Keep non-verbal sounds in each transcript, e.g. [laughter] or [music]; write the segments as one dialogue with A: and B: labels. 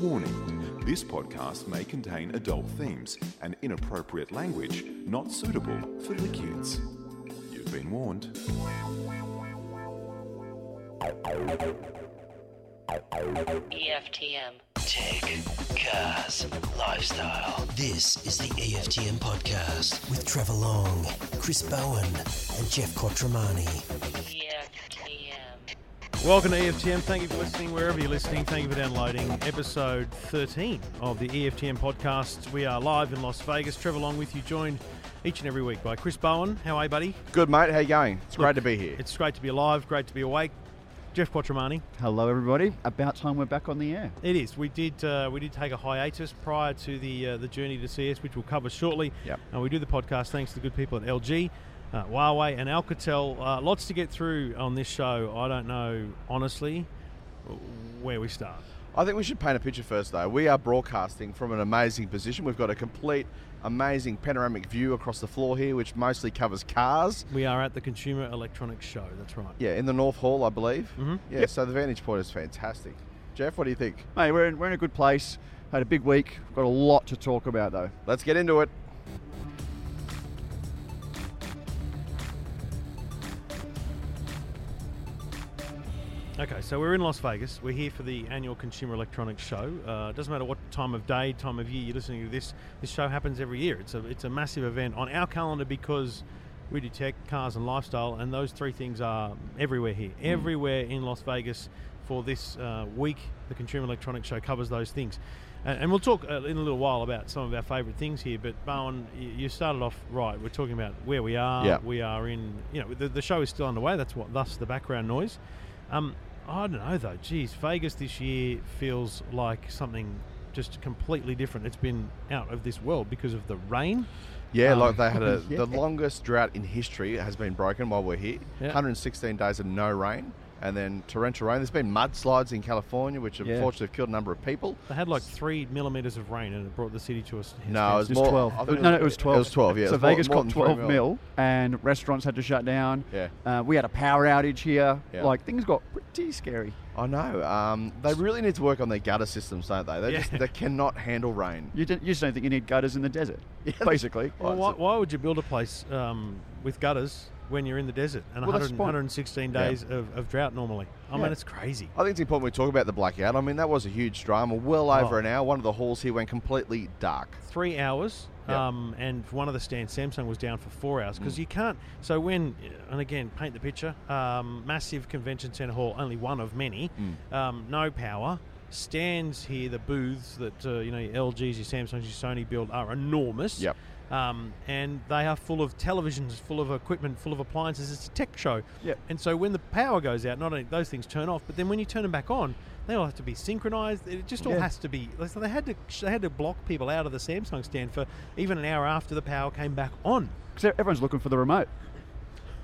A: Warning this podcast may contain adult themes and inappropriate language not suitable for the kids. You've been warned.
B: EFTM.
C: Tech, cars, lifestyle. This is the EFTM podcast with Trevor Long, Chris Bowen, and Jeff Quattromani.
B: EFTM.
D: Welcome to E EFTM. Thank you for listening wherever you're listening. Thank you for downloading episode 13 of the E EFTM podcast. We are live in Las Vegas. Trevor Long with you, joined each and every week by Chris Bowen. How are you, buddy?
E: Good mate, how you going? It's
D: Look,
E: great to be here.
D: It's great to be alive, great to be awake. Jeff Quattromani.
F: Hello, everybody. About time we're back on the air.
D: It is. We did. Uh, we did take a hiatus prior to the uh, the journey to CS, which we'll cover shortly.
E: Yep.
D: Uh, we do the podcast thanks to the good people at LG, uh, Huawei, and Alcatel. Uh, lots to get through on this show. I don't know honestly where we start.
E: I think we should paint a picture first, though. We are broadcasting from an amazing position. We've got a complete, amazing panoramic view across the floor here, which mostly covers cars.
D: We are at the Consumer Electronics Show. That's right.
E: Yeah, in the North Hall, I believe.
D: Mhm.
E: Yeah, so the vantage point is fantastic. Jeff, what do you think?
F: Mate, we're in, we're in a good place. Had a big week. Got a lot to talk about, though.
E: Let's get into it.
D: Okay, so we're in Las Vegas. We're here for the annual Consumer Electronics Show. Uh, it doesn't matter what time of day, time of year you're listening to this. This show happens every year. It's a it's a massive event on our calendar because we do tech, cars, and lifestyle, and those three things are everywhere here,
E: Mm.
D: everywhere in Las Vegas. For this uh, week, the Consumer Electronics Show covers those things, and, and we'll talk uh, in a little while about some of our favourite things here. But Bowen, y- you started off right. We're talking about where we are.
E: Yeah.
D: We are in. You know, the, the show is still underway. That's what. Thus the background noise. Um, I don't know though. Geez, Vegas this year feels like something just completely different. It's been out of this world because of the rain.
E: Yeah,
D: Um,
E: like they had [laughs] a,
F: yeah.
E: the longest drought in history has been broken while we're here.
D: Yeah.
E: 116 days of no rain, and then torrential rain. There's been mudslides in California, which
F: Yeah.
E: unfortunately have killed a number of people.
D: They had like three millimeters of rain, and it brought the city to us.
E: No, it was
F: It was
E: more. I
F: 12.
E: think
F: No, no, it was 12.
E: It was 12.
F: So
E: Yeah. it was more-
F: Vegas
E: more
F: got
E: than
F: 12
E: 3
F: mil, and restaurants had to shut down.
E: Yeah.
F: Uh, we had a power outage here.
E: Yeah.
F: Like, things got pretty scary.
E: I know. Um, they really need to work on their gutter systems, don't they? They
D: Yeah.
E: just they cannot handle [laughs] rain.
F: You, didn't, you just don't think you need gutters in the
E: [laughs]
F: desert, basically.
D: Well, why, why would you build a place um, with gutters when you're in the desert and
F: Well, that's
D: 100,
F: fine.
D: 116
E: Yeah.
D: days of, of drought normally? I
F: Yeah.
D: mean, it's crazy.
E: I think it's important we talk about the blackout. I mean, that was a huge drama. Well over
D: Oh.
E: an hour. One of the halls here went completely dark.
F: [laughs]
D: Three hours,
E: Yeah.
D: um, and one of the stands, Samsung, was down for four hours because you can't. So when, and again, paint the picture: um, massive convention center hall, only one of many. Um, no power. Stands here, the booths that uh, you know, your LGs, your Samsungs, your Sony build are enormous.
E: Yep.
D: Um, and they are full of televisions, full of equipment, full of appliances. It's a tech show.
F: Yep.
D: And so when the power goes out, not only those things turn off, but then when you turn them back on, they all have to be synchronized. It just all
F: Yeah.
D: has to be. So they had to they had to block people out of the Samsung stand for even an hour after the power came back on.
F: Because everyone's looking for the
E: [laughs]
F: remote.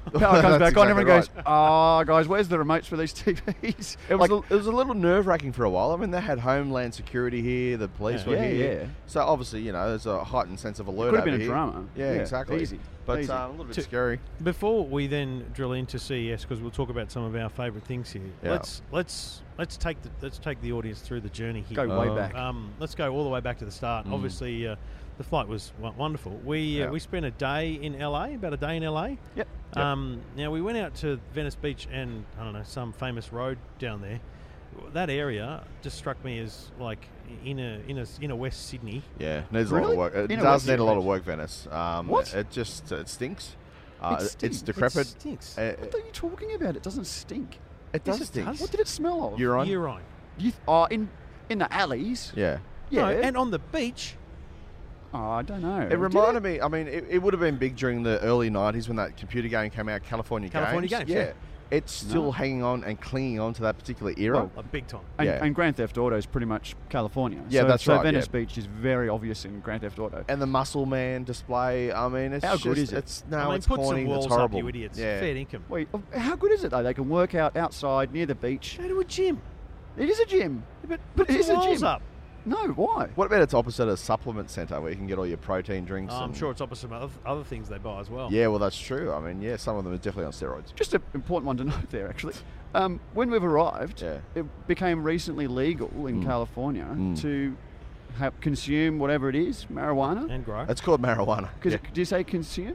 F: Power Oh, comes
E: That's
F: back on,
E: exactly
F: everyone goes, ah, guys, where's the remotes for these [laughs] TVs?
E: It was,
F: Like,
E: a, it was a little nerve wracking for a while. I mean, they had Homeland Security here, the police
D: Yeah.
E: were
F: Yeah,
E: here.
F: yeah.
E: So obviously, you know, there's a heightened sense of alert.
F: could have
E: over
F: been a
E: here.
F: drama.
E: Yeah,
F: Yeah,
E: exactly.
F: easy,
E: But
F: easy.
E: Uh, a little bit
D: To-
E: scary.
D: Before we then drill into CES, because we'll talk about some of our favourite things here.
E: Yeah.
D: Let's let's let's take the let's take the audience through the journey here.
F: go way
E: Uh,
F: back. Mm.
D: Um, let's go all the way back to the start. Obviously, uh, the flight was wo- wonderful. We
E: Yeah.
D: uh, we spent a day in LA, about a day in LA.
F: Yep.
E: uh,
D: Um, now we went out to Venice Beach and I don't know some famous road down there. That area just struck me as like inner inner inner West Sydney.
E: Yeah, needs a
F: Really?
E: lot of work. It
F: In a
E: does
F: Western
E: need a lot of
F: Bridge.
E: work, Venice. Um,
F: What?
E: It just it stinks. Uh,
F: stinks.
E: It's
F: It
E: decrepit.
D: It stinks.
E: Uh,
F: what are you talking about? It doesn't stink.
E: it
D: Yes,
E: does
D: it
E: stink.
D: does.
F: What did it smell of?
E: You're on.
D: You're on.
F: You th- oh, in in the alleys.
E: Yeah.
F: Yeah.
D: No, and on the beach.
F: oh, I don't know.
E: It reminded me. I mean, it, it would have been big during the early '90s when that computer game came out, California,
D: California
E: Games.
D: Games, yeah.
E: it's still hanging on and clinging on to that particular era.
F: Well,
D: A oh, big time.
F: And,
E: yeah.
F: and Grand Theft Auto is pretty much California.
E: Yeah,
F: so,
E: that's
F: so
E: right,
F: Venice
E: yeah.
F: Beach is very obvious in Grand Theft Auto.
E: and the Muscle Man display. I mean, it's
F: How
E: just,
F: good is it?
E: It's no,
D: I mean,
E: it's
D: put
E: corny.
D: some walls
E: it's horrible.
D: up, you idiots.
E: Yeah.
D: Fair income.
F: Wait, oh, how good is it though? They can work out outside near the beach.
D: Go to a gym.
F: It is a gym.
D: But put
F: It is
D: some
F: a
D: walls
F: gym.
D: up.
F: No, why?
E: What about it's opposite a supplement centre where you can get all your protein drinks?
D: I'm
E: and-
D: sure it's opposite of other- other things they buy as well.
E: Yeah, well, that's true. I mean, yeah, some of them are definitely on steroids.
F: Just an important one to [laughs] note there, actually. Um, when we've arrived,
E: Yeah. Mm.
F: it became recently legal in California to ha- consume whatever it is, marijuana.
D: And grow.
E: It's
D: [laughs]
E: called marijuana.
F: Because
E: Yeah.
F: do you say consume?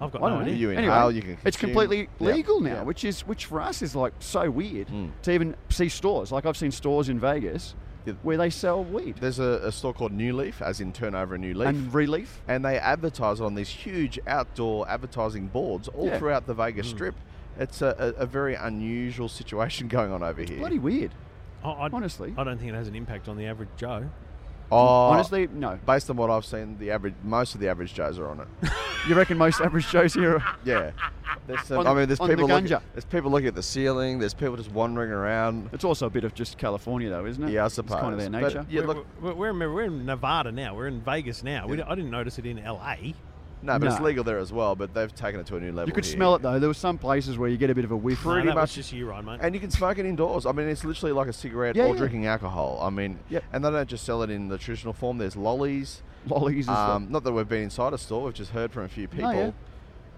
D: I've got
F: I
D: no
F: don't know.
D: idea.
E: You inhale, you can
F: It's
E: consume.
F: completely
E: Yeah.
F: legal now,
E: Yeah. Hmm.
F: which is which for us is like so weird to even see stores. Like I've seen stores in Vegas
E: Yeah.
F: where they sell weed
E: There's a, a store called New Leaf, as in turn over a new leaf.
F: and relief.
E: and they advertise it on these huge outdoor advertising boards all
F: Yeah. Hmm.
E: throughout the Vegas Strip. It's a, a, a very unusual situation [laughs] going on over here.
F: Bloody weird.
D: I, I-
F: honestly.
D: I don't think it has an impact on the average Joe.
E: Oh,
F: Honestly, no.
E: based on what I've seen, the average most of the average Joes are
F: [laughs]
E: on it.
F: You reckon most average Joes here? Are,
E: Yeah, there's some,
F: On-
E: I mean, there's
F: on the
E: people looking,
F: ganja.
E: there's people looking at the ceiling. There's people just wandering around.
F: it's also a bit of just California, though, isn't it?
E: Yeah, I
F: It's
E: suppose.
F: kind of their
E: But,
F: nature.
E: yeah,
D: we're,
E: look,
D: we're, we're, in- we're in Nevada now. We're in Vegas now. We
E: Yeah.
D: don't- I didn't notice it in LA.
E: no, but it's
F: No.
E: legal there as well. But they've taken it to a new level.
F: You could
E: here.
F: smell it though. There were some places where you get a bit of a whiff.
D: No,
E: Pretty
D: that was
E: much-
D: just you, Ryan, mate.
E: And you can smoke it indoors. I mean, it's literally like a cigarette
F: Yeah,
E: or
F: yeah.
E: drinking alcohol. I mean,
F: Yep.
E: and they don't just sell it in the traditional form. There's lollies.
F: [laughs] Lollies and stuff.
E: Um, not that we've been inside a store. We've just heard from a few people.
F: No, Oh, yeah.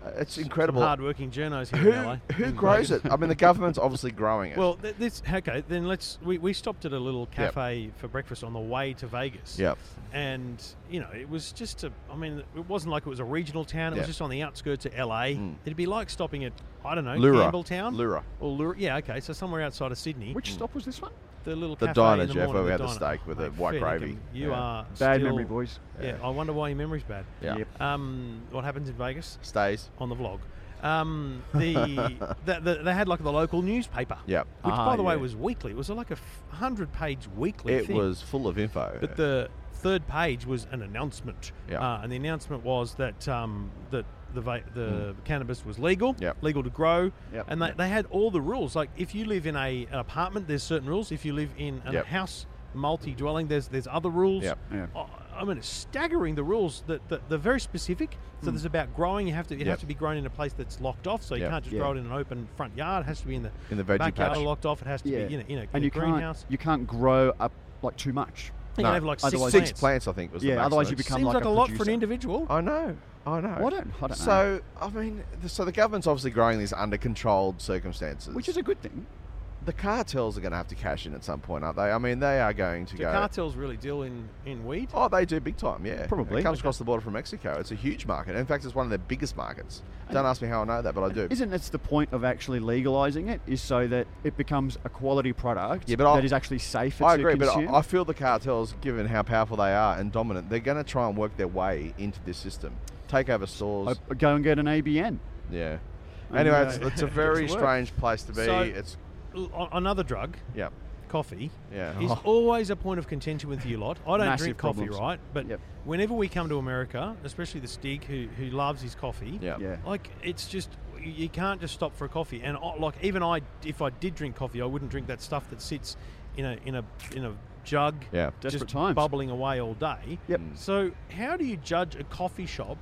E: Uh, It's
D: Some
E: incredible.
D: hard-working journos here
E: Who,
D: in LA.
E: who
D: In
E: grows
D: Vegas.
E: it? I mean, the government's obviously growing it.
D: Well, th- this okay. Then let's. We, we stopped at a little cafe for breakfast on the way to Vegas.
E: Yep.
D: And you know, it was just a. I mean, it wasn't like it was a regional town. It
E: Yep. Mm.
D: was just on the outskirts of LA. It'd be like stopping at I don't know
E: Lura.
D: Campbelltown,
E: Lura.
D: or Lura. Yeah, okay. So somewhere outside of Sydney.
E: hmm.
F: Which stop was this one?
D: the little
E: The
D: cafe
E: diner,
D: in the
E: Jeff,
D: morning,
E: where we
D: the
E: had the
D: diner.
E: steak with the
D: Mate,
E: white
D: fair
E: gravy.
D: dinkum. You
E: Yeah.
D: are
F: Bad
D: still-
F: memory, boys.
D: Yeah, I wonder why your memory's bad.
E: yeah.
F: Yep.
D: Um, what happens in Vegas
E: Stays.
D: on the vlog? Um,
E: [laughs]
D: the, the, the they had like the local newspaper.
E: Yep.
D: Which,
F: Ah,
D: by the way,
F: yeah.
D: was weekly. It was like a f- hundred-page weekly.
E: It
D: thing.
E: was full of info.
D: But the third page was an announcement,
E: Yeah.
D: uh, and the announcement was that um, that the va- the cannabis was legal,
E: Hmm. Yep.
D: legal to grow,
F: Yep.
D: and they, they had all the rules. Like if you live in a an apartment, there's certain rules. If you live in a
E: Yep.
D: house multi-dwelling, there's there's other rules.
E: Yep.
F: Yeah.
D: I- I mean, it's staggering the rules that, that they're very specific. So there's about growing. You have to it
E: Hmm. Yep.
D: has to be grown in a place that's locked off, so you
E: Yep.
D: can't just
F: Yeah.
D: grow it in an open front yard. It has to be in the
E: In the veggie
D: backyard
E: patch.
D: locked off. It has to
F: Yeah.
D: be in a, in a, in
F: and
D: a
F: you
D: greenhouse.
F: can't you can't grow up like too much.
D: You can have like six
F: otherwise-
E: six
D: plants.
E: plants, I think, was
F: Yeah,
E: the maximum.
F: otherwise you become-
D: Seems
F: like
D: like, a,
F: a
D: lot for an
F: producer.
D: individual.
E: I know. I know.
F: Well, I don't- I don't
E: so, I mean, the, so the government's obviously growing these under controlled circumstances.
F: Which is a good thing.
E: the cartels are going to have to cash in at some point, aren't they? I mean, they are going to
D: Do
E: go.
D: cartels really deal in, in weed?
E: Oh, they do big time, yeah.
F: Probably.
E: It comes across the border from Mexico. It's a huge market. In fact, it's one of their biggest markets. Don't ask me how I know that, but I do.
F: Isn't that's the point of actually legalizing it? Is so that it becomes a quality product
E: Yeah, but I-
F: that is actually safer
E: I
F: to
E: agree,
F: consume.
E: but I, I feel the cartels, given how powerful they are and dominant, they're going to try and work their way into this system, take over stores.
F: I- go and get an ABN.
E: yeah. Anyway,
F: uh,
E: it's,
F: [laughs]
E: it's a very
F: work.
E: strange place to be.
D: So-
E: it's
D: L- on- Another drug,
E: yeah,
D: coffee,
E: Yeah.
D: is
E: Oh.
D: always a point of contention with you lot. I don't
F: Massive
D: drink coffee,
F: problems.
D: right? But
F: Yep.
D: whenever we come to America, especially the Stig who, who loves his coffee,
E: [laughs] yeah,
F: Yeah.
D: like it's just, you- you can't just stop for a coffee. And I, like even I, if I did drink coffee, I wouldn't drink that stuff that sits in a, in a, in a jug
E: Yeah.
F: Desperate
D: just
F: times.
D: bubbling away all day.
F: Yep.
D: So how do you judge a coffee shop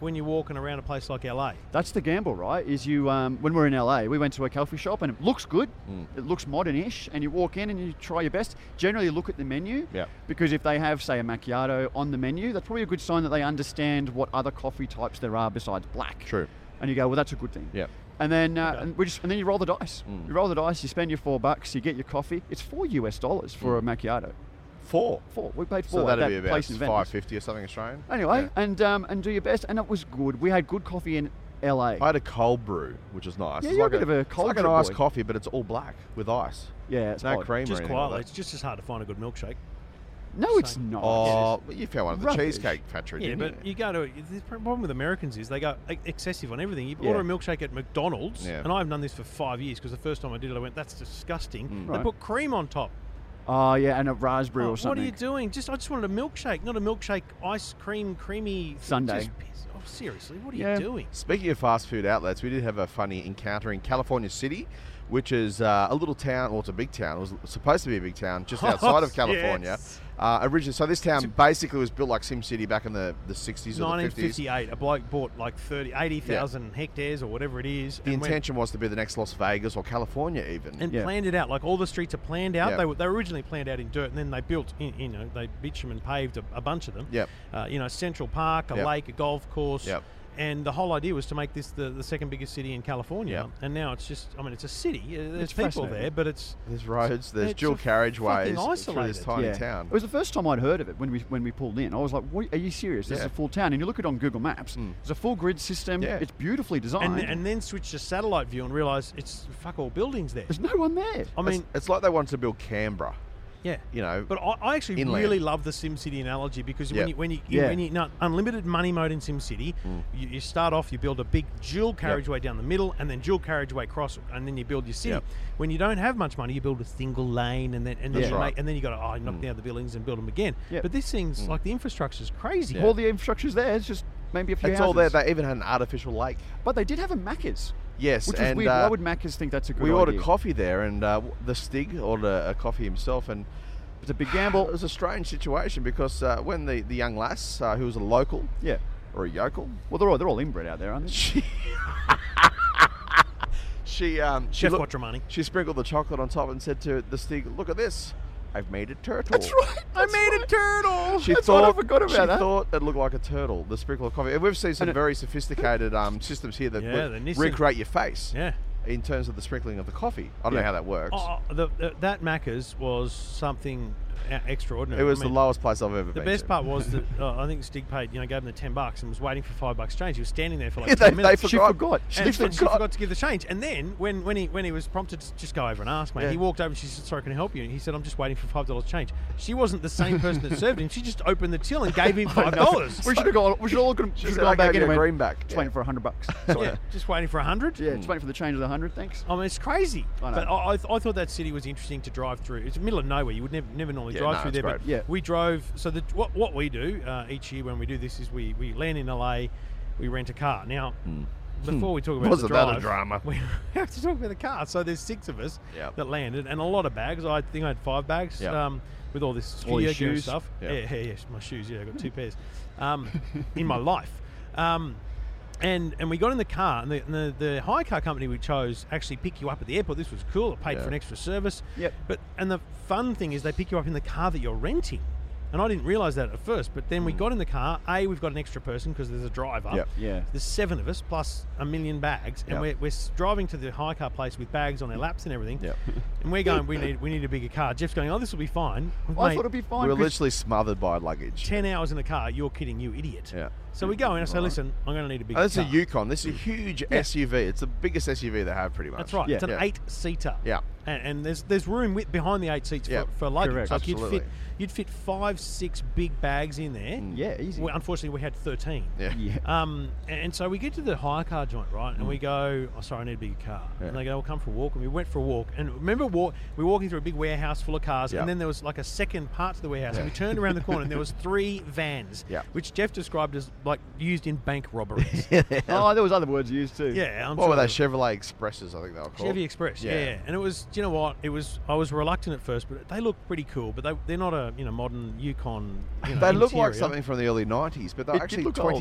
D: when you're walking around a place like LA?
F: That's the gamble, right? Is you um, when we we're in LA, we went to a coffee shop and it looks good,
E: Hmm.
F: it looks modern-ish, and you walk in and you try your best. Generally, look at the menu,
E: Yeah.
F: because if they have say a macchiato on the menu, that's probably a good sign that they understand what other coffee types there are besides black.
E: True.
F: And you go, well, that's a good thing.
E: Yeah.
F: And then uh, and we just and then you roll the dice.
E: Hmm.
F: You roll the dice. You spend your four bucks. You get your coffee. It's four US dollars for a macchiato.
E: four.
F: Four. We paid four.
E: Hmm. So
F: at
E: that'd
F: that
E: be about
F: place in Venice.
E: five fifty or something Australian.
F: Anyway,
E: Yeah.
F: and um, and do your best, and it was good. We had good coffee in LA.
E: I had a cold brew, which is nice.
F: Yeah,
E: it's
F: you're a
E: like
F: bit of a
E: it's
F: cold
E: like an
F: brew
E: iced
F: boy.
E: coffee, but it's all black with ice.
F: yeah, it's
E: It's no
F: odd.
E: cream or
D: Just
E: anything
D: quietly,
E: like
D: it's
E: that.
D: just as hard to find a good milkshake.
F: No, it's not.
E: Oh, well, you found one at the
F: Rubbish.
E: Cheesecake Factory,
D: Yeah,
E: didn't
D: but
E: you?
D: you go to the problem with Americans is they go e- excessive on everything. You
F: Yeah.
D: order a milkshake at McDonald's,
E: Yeah.
D: and I've done this for five years because the first time I did it, I went, "That's disgusting." They
F: Mm. Right.
D: put cream on top.
F: Oh, yeah, and a raspberry
D: Oh,
F: or
D: what
F: something.
D: are you doing? Just I just wanted a milkshake, not a milkshake ice cream creamy
F: Sundae.
D: Just piss- oh, seriously, what are
F: Yeah.
D: you doing?
E: Speaking of fast food outlets, we did have a funny encounter in California City which is uh, a little town, or it's a big town. It was supposed to be a big
D: [laughs]
E: town just outside of California.
D: Yes.
E: Uh, originally, so this town basically was built like SimCity back in the, the 60s or the 50s.
D: 1958, a bloke bought like 30, 80,000 hectares or whatever it is.
E: The
D: and went-
E: intention was to be the next Las Vegas or California, even.
D: and
F: Yeah.
D: planned it out. Like all the streets are planned out.
E: Yeah.
D: They were they were originally planned out in dirt, and then they built, in, you know, they bitumen paved a, a bunch of them.
E: Yep.
D: Uh, you know, Central Park, a
E: Yep.
D: lake, a golf course.
E: Yep.
D: And the whole idea was to make this the, the second biggest city in California.
E: Yep.
D: And now it's just, I mean, it's a city. Uh, There's
F: It's
D: people
F: fascinating.
D: there, but it's
E: there's roads, there's
D: it's
E: dual
D: a fucking
E: carriageways through this
D: isolated.
E: tiny
F: yeah.
E: town.
F: It was the first time I'd heard of it when we when we pulled in. I was like, what, "Are you serious? This
E: Yeah. Hmm.
F: is a full town." And you look at it on Google Maps. It's a full grid system.
E: Yeah.
F: It's beautifully designed.
D: and, and then switch to satellite view and realize it's fuck all buildings there.
F: There's no one there.
D: I mean,
E: it's, it's like they wanted to build Canberra,
D: yeah.
E: you know.
D: But I, I actually
E: Inland.
D: really love the SimCity analogy because
E: Yeah. Mm.
D: when you when you, you-
F: Yeah.
D: when you no, unlimited money mode in SimCity, you, you start off you build a big dual carriageway down the middle and then dual carriageway cross and then you build your city.
E: Yep.
D: When you don't have much money, you build a single lane and then and then
E: That's
D: you
E: right. Mm.
D: make, and then you got to oh, knock down the buildings and build them again.
F: Yep.
D: But this thing's like the infrastructure's crazy.
F: All the infrastructure's there. It's just maybe a few
E: it's all there.
F: houses.
E: They even had an artificial lake.
F: But they did have a Macca's.
E: Yes,
F: Which was
E: and
F: weird.
E: uh,
F: Why would Macca's think that's a good
E: we ordered
F: idea?
E: coffee there, and uh, w- the Stig ordered a coffee himself, and
F: It's a big
E: it
F: gamble.
E: was a strange situation because uh, when the, the young lass, uh, who was a local
F: yeah.
E: or a yokel, [laughs]
F: Well, they're all, they're all inbred out there, aren't they?
E: she she um, she,
D: Chef
E: look-
D: Quattromani.
E: she sprinkled the chocolate on top and said to the Stig, "Look at this, I've made a turtle."
F: That's [laughs] right.
D: I made a turtle.
E: She
F: That's
E: thought
F: what I forgot
E: she
F: about that.
E: thought it looked like a turtle. The sprinkle of coffee. And we've seen some
F: And it-
E: very sophisticated um, systems here that
D: Yeah,
E: would
D: the Nissan-
E: recreate your face.
D: Yeah.
E: In terms of the sprinkling of the coffee, I don't know
F: Yeah.
E: how that works.
D: Oh, the, the, that Macca's was something uh, extraordinary.
E: it was
D: I mean,
E: the lowest place I've ever
D: The
E: been.
D: best
E: to.
D: part was
E: [laughs]
D: that uh, I think Stig paid, you know, gave him the ten bucks and was waiting for five bucks change. He was standing there for like
E: Yeah, they,
D: ten
E: they
D: minutes.
E: forgot.
F: She forgot.
E: She
D: And she,
E: forgot.
D: she forgot to give the change. And then when, when he when he was prompted to just go over and ask, mate,
E: Yeah.
D: he walked over and she said, Sorry, can I help you? And he said, I'm just waiting for five dollars change. She wasn't the same person
E: [laughs]
D: that served him. She just opened the till and gave him five dollars.
F: We should have gone. We should all gone, should have
E: said,
F: gone
E: "I
F: back
E: gave
F: in and
E: you
F: went,
E: a greenback."
F: Just
E: Yeah. Hmm.
F: waiting for hundred
E: [laughs]
F: bucks. Sorry.
D: yeah, just waiting for a hundred.
F: Yeah, just waiting for the change of the hundred. Thanks.
D: I mean, it's crazy.
F: I know.
D: But I, I, th- I thought that city was interesting to drive through. It's middle of nowhere. You would never, never normally
E: Yeah,
D: drive
E: no,
D: through
E: it's
D: there. But
E: great.
F: Yeah.
D: we drove. So the, what, what we do uh, each year when we do this is we, we land in LA, we rent a car. Now, before we talk about the
E: Hmm. Wasn't that
D: drive,
E: a drama?
D: [laughs] we have to talk about the car. So there's six of us
E: Yep.
D: that landed, and a lot of bags. I think I had five bags
E: Yep.
D: um, with all this
F: All
D: studio
F: your
D: gear and
F: shoes?
D: stuff.
E: Yep.
D: Yeah, yeah, yeah, my shoes. Yeah, I got two pairs um, in my life. Um, and and we got in the car, and the, and the the hire car company we chose actually pick you up at the airport. This was cool. It paid
E: Yeah.
D: for an extra service.
F: Yep.
D: But and the fun thing is they pick you up in the car that you're renting. And I didn't realise that at first, but then we got in the car. A, we've got an extra person because there's a driver.
E: Yep.
F: Yeah.
D: There's seven of us plus a million bags, and
E: Yep.
D: we're, we're s- driving to the hire car place with bags on our laps and everything.
E: Yep.
D: And we're going, we need we need a bigger car. Jeff's going, oh, this will be fine.
F: I
D: Mate,
F: thought it'd be fine.
E: We were
F: 'cause-
E: literally smothered by luggage.
D: 10 hours in the car, you're kidding, you idiot.
E: Yeah.
D: So we go in, I say, listen, I'm going to need a bigger
E: And Oh, this
D: car.
E: is a Yukon. This is a huge SUV. It's the biggest SUV they have, pretty much.
D: That's right.
F: Yeah.
D: It's an
E: Yeah.
D: eight seater.
E: Yeah.
D: And, and there's there's room with, behind the eight seats
E: Yeah.
D: for, for luggage.
F: Correct.
D: Like you'd fit
E: Absolutely. Mm.
D: you'd fit five six big bags in there.
F: yeah, easy.
D: Well, unfortunately, we had thirteen.
E: Yeah.
F: yeah.
D: Um, and and so we get to the hire car joint, right? And we
E: Mm.
D: go, oh, sorry, I need a bigger car. And they go, well, come for a walk. And we went for a walk. And remember, walk, we were walking through a big warehouse full of cars.
E: Yeah.
D: And then there was like a second part to the warehouse. And we turned around the corner and there
E: [laughs]
D: was three vans,
E: Yeah.
D: which Jeff described as like used in bank
E: [laughs]
D: robberies.
F: [laughs] Oh, there was other words used too.
D: yeah. I'm
E: What were
D: sure
E: they? Chevrolet Expresses, I think they were called.
D: Chevy Express, yeah.
E: Yeah.
D: And it was, do you know what? It was. I was reluctant at first, but they look pretty cool. But they, they're not a you know modern Yukon. You know,
E: [laughs] They look
D: interior.
E: like something from the early 90s, but they're
F: It did
E: actually
F: look old.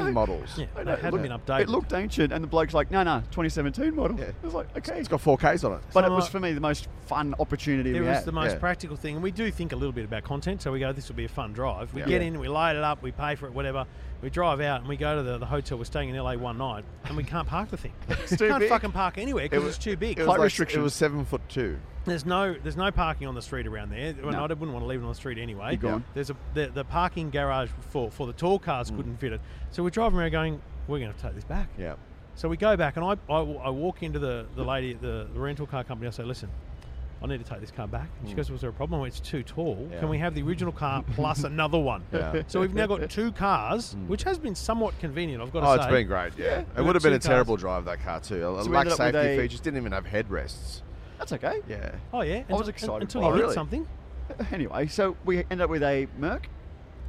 D: [laughs]
F: I know.
E: models.
D: Yeah,
F: I
D: they
F: know,
D: hadn't
F: look-
D: been updated.
F: It looked ancient, and the bloke's like, "No, no, 2017 model."
E: Yeah.
F: It was like, "Okay."
E: It's got 4Ks on it.
F: but it
D: So,
F: was
D: uh,
F: for me the most fun opportunity
D: It
F: we
D: was
F: had.
D: the most
E: yeah.
D: practical thing, and we do think a little bit about content. So we go, this will be a fun drive. We
E: Yeah.
D: get
E: Yeah.
D: in, we load it up, we pay for it, whatever. We drive out, and we go to the, the hotel. We're staying in LA one night, and we can't park the
E: [laughs]
D: thing.
F: It's too
D: can't
F: big.
D: fucking park anywhere because
E: was
D: it's too big.
E: It was,
F: Height
E: like-
F: restrictions.
E: it was seven foot two.
D: There's no there's no parking on the street around there. Well,
F: No.
D: I wouldn't want to leave it on the street anyway.
F: You're gone.
D: There's a the, the parking garage for for the tall cars couldn't fit it. So we're driving around going, we're going to take this back.
E: Mm. Yeah.
D: So we go back and I, I, I walk into the, the lady at the, the rental car company. I say, listen, I need to take this car back. And she goes, was there a problem? I went, it's too tall.
E: Hmm. Yeah.
D: Can we have the original
E: [laughs]
D: car plus another one?
E: Yeah. Hmm.
D: So we've now got two cars, which has been somewhat convenient. I've got to
E: Oh,
D: say.
E: it's been great. Yeah, it
D: We've
E: would have
D: got
E: been a
D: two cars.
E: terrible drive that car too. It
F: So we
E: lacked
F: ended up with
E: safety
F: a-
E: features. Didn't even have headrests.
F: That's okay.
E: Yeah,
D: Oh yeah,
F: I was
D: Until-
F: excited
D: until
F: by
D: you
E: it.
D: hit
E: Really?
D: something.
F: Anyway, so we ended up with a Merc.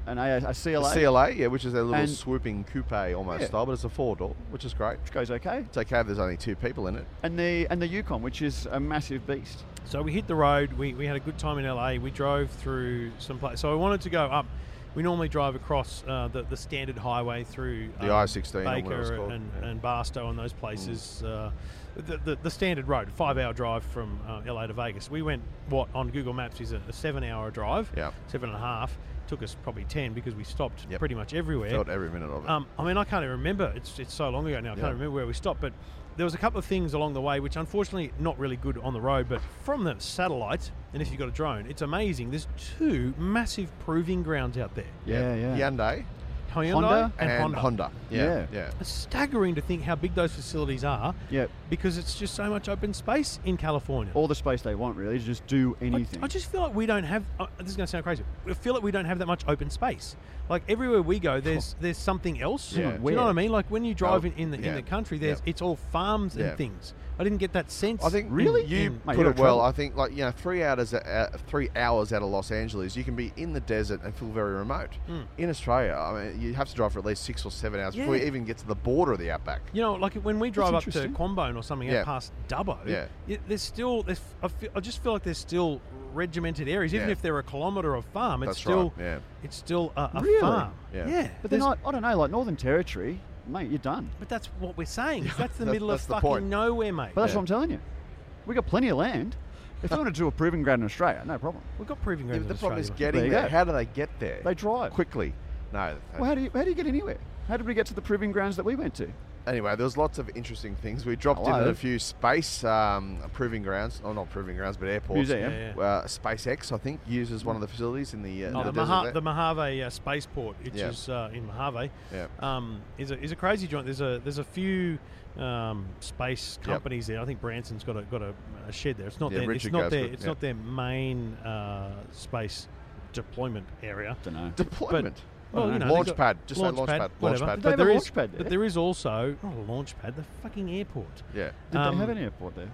F: an a, a
E: The
F: CLA,
E: CLA, yeah, which is a little
F: And-
E: swooping coupe almost
F: Yeah.
E: style, but it's a four door, which is great.
F: which goes okay,
E: It's okay if there's only two people in it.
F: and the and the Yukon, which is a massive beast.
D: So we hit the road. We, we had a good time in LA. We drove through some place. So I wanted to go up. We normally drive across uh, the, the standard highway through
E: The
D: um,
E: I-16 or whatever it's
D: Baker
E: called,
D: and,
E: yeah. Mm.
D: and Barstow and those places. Uh, the, the, the standard road, five hour drive from uh, LA to Vegas. We went what on Google Maps is a, a seven hour drive,
E: Yeah.
D: seven and a half. Took us probably ten because we stopped
E: Yep.
D: pretty much everywhere.
E: Felt every minute of it.
D: Um, I mean, I can't even remember. It's, it's so long ago now. I
E: Yeah.
D: can't remember where we stopped. But there was a couple of things along the way, which unfortunately not really good on the road. But from the satellite, and if you've got a drone, it's amazing. There's two massive proving grounds out there.
F: Yeah, yeah.
E: Hyundai
D: Hyundai
F: Honda
D: and, Honda.
E: Yeah,
F: Yeah.
E: yeah.
D: It's staggering to think how big those facilities are.
F: Yeah.
D: Because it's just so much open space in California.
F: All the space they want really is just do
D: I-
F: anything.
D: I, just feel like we don't have. Uh, this is going to sound crazy. I feel like we don't have that much open space. Like everywhere we go,
E: [laughs]
D: there's there's something else.
E: Yeah.
D: Do you know what I mean? Like when you drive in, in the
E: yeah.
D: in the country, there's
E: Yeah.
D: it's all farms
E: Yeah.
D: and things. I didn't get that sense.
E: I think
D: in-
F: Really? Mm.
D: in-
E: you
F: Mate,
E: put
F: you're
E: it
F: in
E: well.
F: trouble.
E: I think like you know, three hours uh, three hours out of Los Angeles, you can be in the desert and feel very remote.
D: Mm.
E: In Australia, I mean, you have to drive for at least six or seven hours before
D: Yeah.
E: you even get to the border of the outback.
D: You know, like when we drive up to
F: interesting.
D: Quambone or something
E: Yeah.
D: out past Dubbo,
E: Yeah.
D: y- there's still, there's, I, feel, I just feel like there's still regimented areas. Even
E: Yeah.
D: if they're a kilometre of farm, it's
E: That's right,
D: still,
E: yeah.
D: it's still a, a
F: Really?
D: farm.
E: Yeah.
F: but
D: there's-
F: they're not. I don't know, like Northern Territory, mate. You're done.
D: But that's what we're
E: [laughs]
D: saying. That's the
E: that's-
D: middle
E: that's
D: of
E: the
D: fucking
E: point.
D: nowhere, mate.
F: But that's
E: Yeah.
F: what I'm telling you. We got plenty of land. If you want to do a proving ground in Australia, no problem.
D: We've got proving
E: Yeah,
D: grounds.
E: but the
D: in
E: problem is
D: Australia,
E: getting
F: There you go.
E: there. How do they get there?
F: They drive.
E: quickly. No.
F: Well, how do you how do you get anywhere? How did we get to the proving grounds that we went to?
E: anyway, there was lots of interesting things. We dropped in at
F: Hello.
E: a few space um, proving grounds, or not proving grounds, but airports.
F: Museum.
D: Yeah, yeah.
E: Uh, SpaceX, I think, uses one of the facilities in the, uh,
D: Oh, the,
E: the, desert
D: Maha-
E: there.
D: the Mojave uh, spaceport, which
E: Yeah.
D: is uh, in Mojave,
E: Yeah.
D: um, is, a, is a crazy joint. There's a there's a few um, space companies there. I think Branson's got a got a, a shed there. It's not
E: Yeah,
D: their
E: Richard
D: it's not
E: goes
D: their
E: with-
D: it's
E: yeah.
D: not their main uh, space deployment area.
F: don't know.
E: Deployment.
D: Well, you know, they've
E: launch
D: got
E: pad. Just say launch pad. Launch
D: whatever.
E: pad.
F: Did they
D: But
F: have a
D: there
F: launch
D: is-
F: pad
D: but
F: there?
D: there is also not a launch pad. The fucking airport.
F: [laughs]
E: Yeah. [laughs]
F: Did
D: Um,
F: they have an airport there?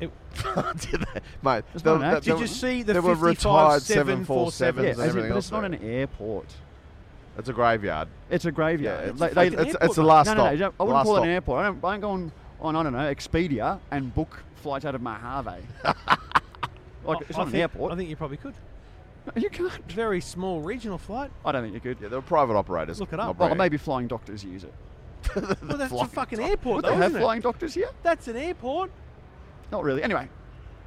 D: It,
E: Did they? Mate,
F: It's not
E: there-
F: an
E: there-
F: act.
D: did
E: there
D: you
E: were-
D: see the
E: there were
D: 55
E: retired
D: 747s
E: 747s
F: Yeah,
E: and
D: there's
F: as in-
E: everything
F: but
E: else
F: it's not
E: there.
F: an airport.
E: It's a graveyard.
F: It's a graveyard.
E: Yeah, it's
F: They-
E: a
F: they-
D: fucking
E: It's,
D: airport,
E: it's the
D: mate.
E: last
F: no,
E: stop.
F: no, no, I wouldn't
E: Last
F: call it
E: stop.
F: an airport. I don't. I ain't going on. I don't know Expedia and book flights out
D: [laughs]
F: of Mojave. like it's
D: I- I
F: not an
D: think-
F: airport.
D: I think you probably could.
F: No, [laughs] you can't.
D: Very small regional
E: [laughs]
D: flight.
F: I don't think you could.
E: Yeah, they were private operators.
D: Look it up.
F: Well,
E: operating.
F: maybe flying doctors use it.
D: Well, that's a
E: flying
D: fucking
E: top.
D: airport,
F: Would
D: though,
F: they have
D: isn't it?
F: flying doctors here?
D: That's an airport.
F: Not really. Anyway,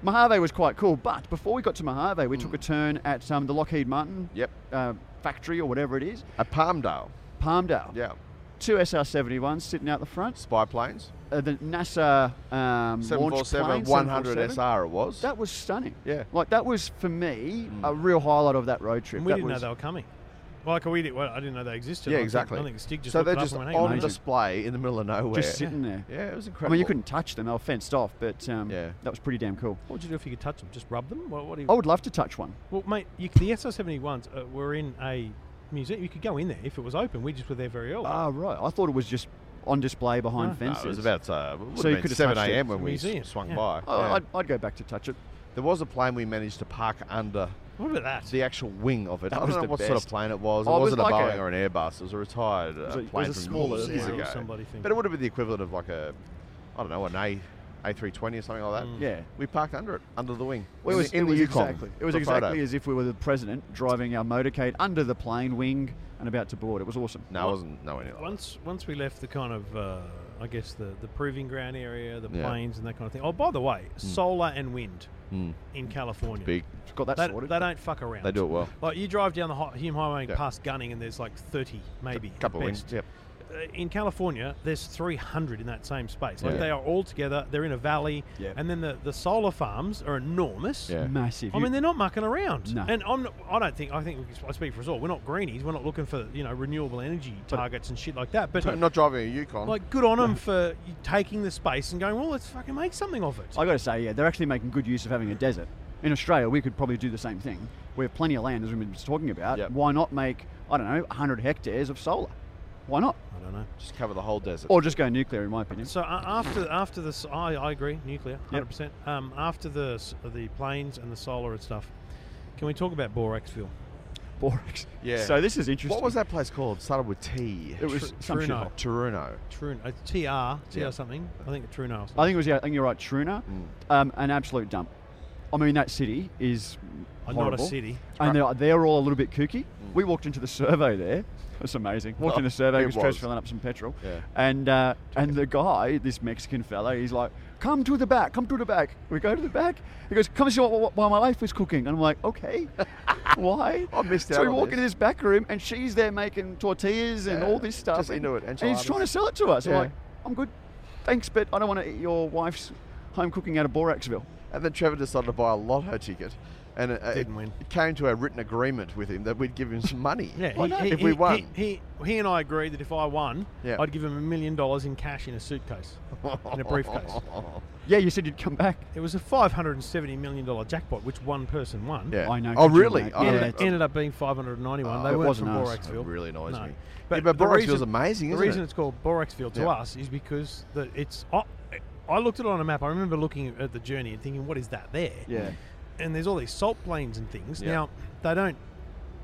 F: Mojave was quite cool, but before we got to Mojave, we
D: Hmm.
F: took a turn at um, the Lockheed Martin
E: Yep.
F: uh, factory or whatever it is,
E: At Palmdale.
F: Palmdale.
E: Yeah.
F: Two SR-71s sitting out the front.
E: Spy planes.
F: Uh, the NASA um, launch
E: 747
F: plane,
E: 100
F: 747.
E: SR it was.
F: That was stunning.
E: Yeah. Hmm.
F: Like that was for me a real highlight of that road trip.
D: And we
F: that
D: didn't know
F: was-
D: they were coming. Like we did, well, I didn't know they existed.
E: yeah,
D: I think-
E: exactly.
D: I think Stig just
E: so
D: looked
E: they're
D: it up
E: just
D: and went, "Hang
E: on
D: on."
F: Amazing.
E: display in the middle of nowhere.
F: Just sitting there.
E: Yeah, it was
F: I
E: incredible.
F: mean, you couldn't touch them; they were fenced off. But um,
E: Yeah.
F: that was pretty damn cool.
D: What would you do if you could touch them? Just rub them? What, what do you,
E: Oh.
F: I would love to touch one.
D: Well, mate, you, the SR seventy ones uh, were in a museum. You could go in there if it was open. We just were there very early.
F: Ah, right. I thought it was just on display behind
D: No.
E: No,
F: fences.
E: it was about uh, it would've
F: So you
E: been
F: could have
E: 7
F: touched it.
E: a.m.
D: It's
E: when
D: a
E: we s-
D: museum,
E: swung
D: yeah.
E: by.
F: Oh,
E: Yeah.
F: I'd, I'd go back to touch it.
E: There was a plane we managed to park under
D: what about that?
E: the actual wing of it.
F: That
E: I
F: was
E: don't know
F: the
E: what sort of
F: best.
E: plane it was. It
F: Oh, it was
E: wasn't a
F: like
E: Boeing
F: a-
E: or an Airbus. It was a retired uh,
F: was a- it was
E: plane
F: a
E: from
F: smaller
E: years
D: plane or
E: ago.
D: somebody thing.
E: But it would have been the equivalent of like a, I don't know, an A. A320 or something like that.
F: Mm. Yeah.
E: we parked under it, under the wing.
F: it
E: in
F: was,
E: the,
F: it
E: in the
F: was
E: Yukon.
F: exactly. It was
E: for
F: exactly
E: photo.
F: as if we were the president driving our motorcade under the plane wing and about to board. It was awesome.
E: No, it wasn't nowhere near. Like
D: Once, once we left the kind of, uh, I guess the the proving ground area, the
E: Yeah.
D: planes and that kind of thing. Oh, by the way, solar and wind in California.
E: that. Hmm. big.
F: It's got that
D: They,
F: sorted.
D: they don't fuck around.
E: They do it well.
D: Like you drive down the hi- Hume Highway and
E: Yeah.
D: past Gunning, and there's like 30, maybe. at
E: Couple of wings.
D: best.
E: Yep.
D: Uh, In California, there's 300 in that same space. Like
E: Yeah.
D: they are all together. They're in a valley,
F: Yeah.
D: and then the, the solar farms are enormous.
E: Yeah.
F: Massive.
D: I mean, they're not mucking around.
F: No.
D: And I'm not, I don't think I think we can, I speak for us all. We're not greenies. We're not looking for you know renewable energy targets and shit like that.
E: [laughs]
D: But
E: I'm not driving a Yukon.
D: like, good on them for you taking the space and going. Well, let's fucking make something of it.
F: I got to say, yeah, they're actually making good use of having a desert. In Australia, we could probably do the same thing. We have plenty of land, as we've been just talking about.
E: Yep.
F: Why not make, I don't know, 100 hectares of solar? Why not?
D: I don't know.
E: just cover the whole desert.
F: Or just go nuclear, in my opinion.
D: So uh, after after this, I, I agree, nuclear,
F: Yep.
D: hundred percent. Um, after the s- the planes and the solar and stuff, can we talk about boraxville?
F: borax.
E: Yeah.
F: [laughs] So this is interesting.
E: What was that place called? Started with T.
F: It was
D: Tru-
F: some shit.
D: Truno.
E: Toruno.
D: Trun, uh, TR, TR
E: Yeah. Oh,
D: something. I think Truno. or something.
F: I think it was. Yeah, I think you're right. Truna,
E: Mm.
F: um, an absolute dump. I mean, that city is
D: Uh, not a
F: horrible.
D: city.
F: and they're, they're all a little bit kooky. We walked into the survey there. That's amazing. Walked in the survey
E: Mm. Oh, It
F: because Trev's
E: was.
F: filling up some petrol,
E: Yeah.
F: and uh, and the guy, this Mexican fella, he's like, "Come to the back, come to the back." We go to the back. He goes, "Come see what, what, what my wife is cooking," and I'm like,
E: [laughs]
F: "Okay, why?"
E: I missed
F: So
E: out
F: we
E: on
F: walk
E: this.
F: into this back room, and she's there making tortillas and
E: Yeah,
F: all this stuff.
E: just
F: and,
E: into it,
F: and he's
E: enchiladas.
F: trying to sell it to us.
E: Yeah.
F: I'm like, "I'm good, thanks, but I don't want to eat your wife's home cooking out of Boraxville."
E: And then Trevor decided to buy a lotto ticket. And it,
D: Didn't
E: it-
D: win.
E: it came to a written agreement with him that we'd give him some money
D: Yeah,
E: if- if we won.
D: He, he, he and I agreed that if I won,
E: Yeah.
D: I'd give him a million dollars in cash in a suitcase, in a briefcase.
E: [laughs]
F: Yeah, you said you'd come back.
D: It was a five hundred and seventy million dollar jackpot, which one person won.
E: yeah.
F: I know,
E: Oh,
F: could you
E: really?
F: imagine?
E: I-
F: Yeah,
D: Ended,
F: that's-
D: ended up being five hundred and ninety-one.
E: Oh,
D: they
E: it
D: weren't
F: wasn't
D: from
F: us.
D: Boraxville.
E: It really annoys me.
D: But,
E: Yeah, but
D: the
E: Boraxville's
D: reason-
E: amazing,
D: The
E: isn't
D: reason
E: it?
D: it's called Boraxville to
E: Yeah.
D: us is because that it's. I, I looked at it on a map. I remember looking at the journey and thinking, "What is that there?"
F: Yeah.
D: And there's all these salt plains and things.
E: Yeah.
D: Now they don't.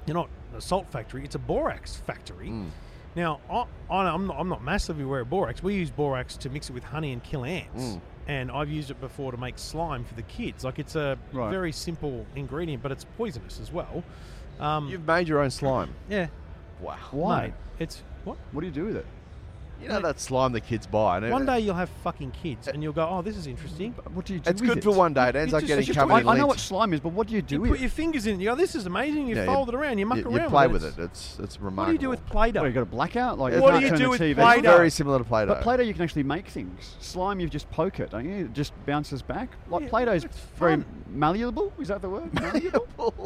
D: You're not a salt factory. It's a borax factory.
E: Mm.
D: Now I, I, I'm, not, I'm not massively aware of borax. We use borax to mix it with honey and kill ants.
E: Mm.
D: And I've used it before to make slime for the kids. Like it's a
F: Right.
D: very simple ingredient, but it's poisonous as well. Um,
E: You've made your own slime.
D: yeah.
E: Wow.
F: Why?
D: mate, it's what?
F: What do you do with it?
E: You know that slime the kids buy. And it-
D: One day you'll have fucking kids, and you'll go, "Oh, this is interesting."
F: What do you do
E: It's
F: with
E: good
F: it?
E: for one day. It ends
D: You
E: up
D: just-
E: getting
D: it's just
E: covered
F: I,
E: in
F: I know what
E: lint.
F: slime is, but what do you do
D: You
F: with
D: put
F: it?
D: your fingers in. You go, "This is amazing." You
E: Yeah, you-
D: fold it around. You muck
E: You,
D: around.
E: you play
D: with
E: with
D: it.
E: it. It's it's remarkable.
D: What do you do with Play-Doh?
F: What, you got a blackout? Like,
E: Yeah,
F: you
E: what
F: can't
E: do uh, you
F: turn
D: do
F: the
D: with
F: TV
D: Play-Doh?
F: off?
D: Play-Doh.
E: Very similar to Play-Doh.
F: But Play-Doh, you can actually make things. Slime, you just poke it, don't you? It just bounces back. Like
D: Yeah,
F: Play-Doh's
D: it's
F: very
D: fun.
F: malleable. Is that the
E: [laughs]
F: word? Malleable,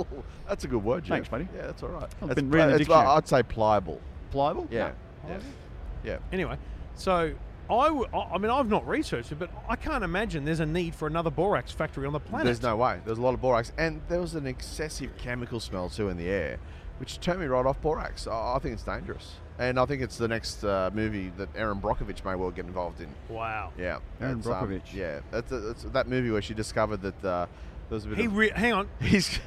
E: that's a good word, Jeff.
F: Thanks, buddy.
E: Yeah, that's all right.
F: I've
E: That's
F: been reading the
E: it's- well,
F: dictionary.
E: I'd say pliable.
F: pliable.
E: Yeah.
D: Oh,
E: Yeah.
D: is it?
E: Yeah.
D: Anyway, so I, w- I I mean, I've not researched it, but I can't imagine there's a need for another borax factory on the planet.
E: There's no way. There's a lot of borax, and there was an excessive chemical smell too in the air, which turned me right off borax. I, I think it's dangerous, and I think it's the next uh, movie that Aaron Brockovich may well get involved in.
D: Wow.
E: Yeah,
F: Erin
E: It's, um,
F: Brockovich.
E: yeah, that's, that's that movie where she discovered that uh, there was a bit
D: He
E: of.
D: re- hang on.
E: [laughs] he's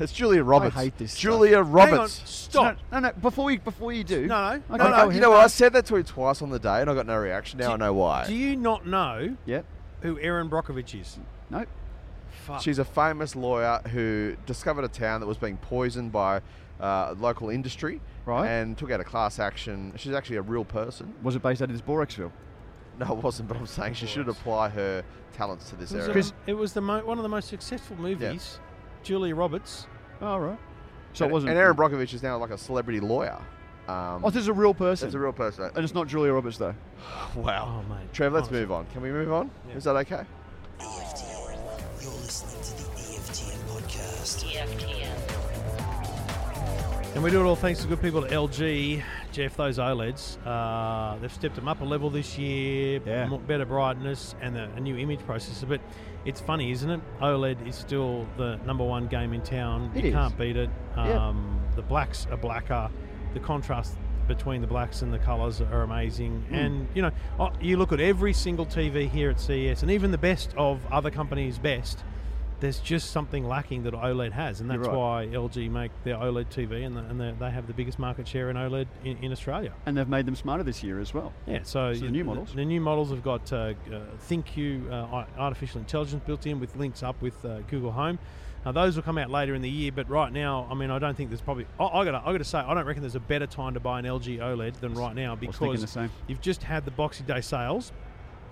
E: it's Julia Roberts.
F: hate this stuff.
E: Julia
D: Hang on.
E: Roberts.
D: Stop.
F: No, no. Before you, before you do.
D: No, no,
F: Okay,
D: no,
F: go
D: no,
E: Oh,
F: ahead.
E: you know what? I said that to her twice on the day, and I got no reaction. Now
D: Do-
E: I know why.
D: Do you not know
F: Yep.
D: who Aaron Brockovich is?
F: Nope.
D: Fuck.
E: She's a famous lawyer who discovered a town that was being poisoned by uh, local industry,
F: Right.
E: And took out a class action. She's actually a real person. [laughs]
F: Was it based out of this Boraxville?
E: No, it wasn't, but I'm saying she should apply her talents to this
D: it was,
E: area.
D: a- it was the mo- one of the most successful movies. Julia Roberts.
F: Oh, All right. So
E: and,
F: it wasn't.
E: And Aaron Brockovich is now like a celebrity lawyer. Um,
F: Oh, this is a real person.
E: it's a real person.
F: And it's not Julia Roberts though.
E: Wow.
D: Oh, mate.
E: Trev, let's
D: Honestly.
E: move on. Can we move on? Is that okay?
C: EFTM. You're listening to the EFTM podcast.
B: EFTM.
D: And we do it all thanks to good people at LG. Jeff, those OLEDs, uh, they've stepped them up a level this year,
F: Yeah.
D: mo- better brightness, and a, a new image processor. But it's funny, isn't it? OLED is still the number one game in town.
F: It
D: you
F: is.
D: can't beat it.
F: Yeah.
D: Um, The blacks are blacker. The contrast between the blacks and the colours are amazing.
F: Hmm.
D: And, you know, uh, you look at every single TV here at CES, and even the best of other companies' best. There's just something lacking that OLED has, and
F: You're
D: that's
F: right.
D: why why LG make their E OLED TV, and, the, and the, they have the biggest market share in OLED in, in Australia.
F: And they've made them smarter this year as well.
D: Yeah, so,
F: So the
D: you-
F: new models?
D: The, new models have got uh, uh, ThinQ uh, ar- artificial intelligence built in, with links up with uh, Google Home. Now those will come out later in the year, but right now, I mean, I don't think there's probably. I, I gotta, I gotta say, I don't reckon there's a better time to buy an LG OLED E than right now
F: was
D: because
F: thinking the same.
D: you've just had the Boxing Day sales.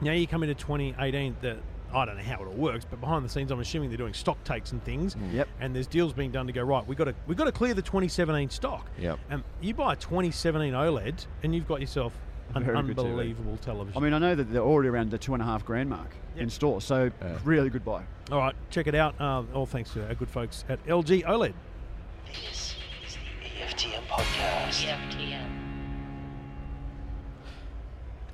D: Now you come into 2018 that. I don't know how it all works, but behind the scenes, I'm assuming they're doing stock takes and things.
F: Mm. Yep.
D: And there's deals being done to go right. We got to we got to clear the 2017 stock.
E: Yep.
D: And you buy a 2017 OLED, E and you've got yourself an
F: Very good TV.
D: unbelievable television.
F: I mean, I know that they're already around the two and a half grand mark
D: Yeah.
F: in store. So really good buy.
D: all right, check it out. Uh, all thanks to our good folks at LG OLED.
C: This is the EFTM podcast.
B: EFTM.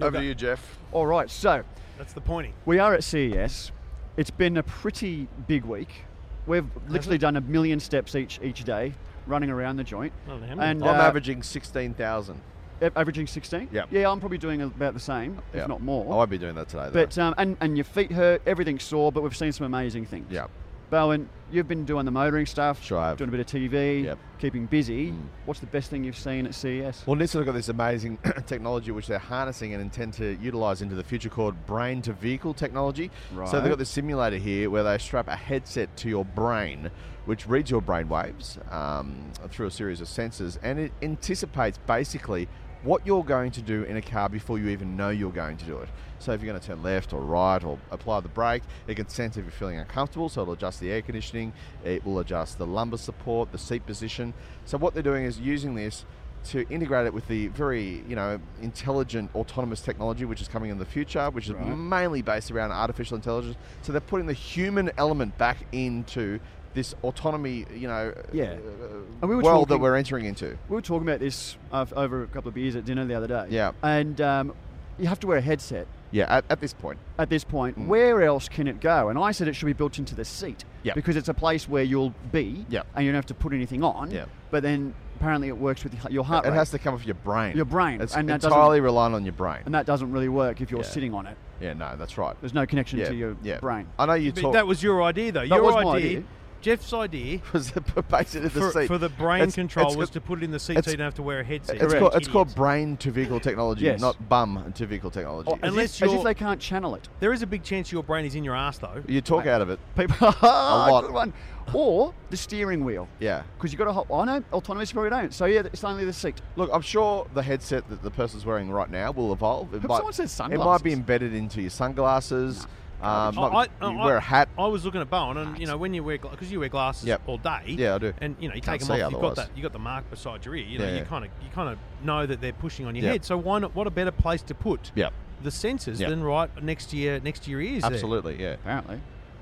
E: Over to you, Jeff.
F: All right. So
D: That's the pointing.
F: We are at CES. It's been a pretty big week. We've literally done a million steps each each day, running around the joint,
D: I don't know how many.
F: and
E: I'm
F: uh,
E: averaging sixteen thousand.
F: a- averaging sixteen.
E: Yep.
F: Yeah, I'm probably doing about the same, if not
E: I
F: more.
E: won't be doing that today. Though.
F: But um, and and your feet hurt, everything's sore, but we've seen some amazing things.
E: yeah,
F: Bowen, you've been doing the motoring stuff,
E: Sure I have.
F: doing a bit of TV,
E: Yep. Mm.
F: keeping busy. What's the best thing you've seen at E CES?
E: Well, Nissan have got this amazing [clears throat] technology which they're harnessing and intend to utilize into the future called brain to vehicle technology. So
F: Right.
E: they've got this simulator here where they strap a headset to your brain, which reads your brain waves um, through a series of sensors and it anticipates basically what you're going to do in a car before you even know you're going to do it. So if you're going to turn left or right or apply the brake, it can sense if you're feeling uncomfortable, so it'll adjust the air conditioning, it will adjust the lumbar support, the seat position. So what they're doing is using this to integrate it with the very, you know, intelligent autonomous technology which is coming in the future, which is mainly based around artificial intelligence. So they're putting the human element back into this autonomy, you know,
F: Yeah.
E: uh,
F: And we were
E: world that
F: talking-
E: we're entering into.
F: We were talking about this uh, over a couple of beers at dinner the other day.
E: Yeah.
F: And um, you have to wear a headset
E: Yeah, at, at this point.
F: at this point.
E: Mm.
F: Where else can it go? And I said it should be built into the seat
E: Yeah.
F: because it's a place where you'll be
E: Yeah.
F: and you don't have to put anything on.
E: Yeah.
F: But then apparently it works with your- your heart
E: It
F: rate.
E: has to come off your brain.
F: Your brain,
E: It's
F: and that doesn't-
E: entirely reliant on your brain.
F: and that doesn't really work if you're
E: Yeah.
F: sitting on it.
E: yeah, no, that's right.
F: There's no connection
E: yeah,
F: to your
E: yeah.
F: brain.
E: I know you
D: But
E: talk.
D: that was your idea, though.
F: That
D: your
F: was my idea.
D: Jeff's idea
E: [laughs] was based in the
D: for,
E: seat.
D: for the brain
E: It's-
D: control
E: it's-
D: was to put it in the seat so
E: it's-
D: you don't have to wear a headset.
E: It's
D: You
E: called, it's
D: idiots.
E: called brain to vehicle technology,
F: Yes. Oh,
E: not bum to vehicle technology.
F: Or as if-
D: Unless
F: as if
D: you're-
F: they can't channel [laughs] it.
D: There is a big chance your brain is in your ass, though.
E: you talk out of it.
F: People,
E: [laughs]
F: Ah,
E: lot.
F: good one. Or the steering wheel.
E: Yeah.
F: Because you've got to hop. I know autonomous you probably don't. So yeah, it's only the seat.
E: Look, I'm sure the headset that the person's wearing right now will evolve. It
F: Hope someone says
E: It might be
F: sunglasses.
E: embedded into your sunglasses. Um,
D: Oh,
E: might-
D: I-
E: you
D: I-
E: wear a hat.
D: I was looking at Bowen, and you know when you wear because you wear glasses
E: Yep.
D: all day.
E: Yeah, I do.
D: And you know you
E: Can't
D: take them
E: see
D: off. You've got
E: otherwise.
D: that. You got the mark beside your ear. You know
E: Yeah,
D: you
E: yeah.
D: kind of you kind of know that they're pushing on your
E: Yep.
D: head. So why not? What a better place to put
E: Yep.
D: the sensors
E: Yep.
D: than right next to your next to your ears. there.
E: Absolutely, yeah.
F: Apparently.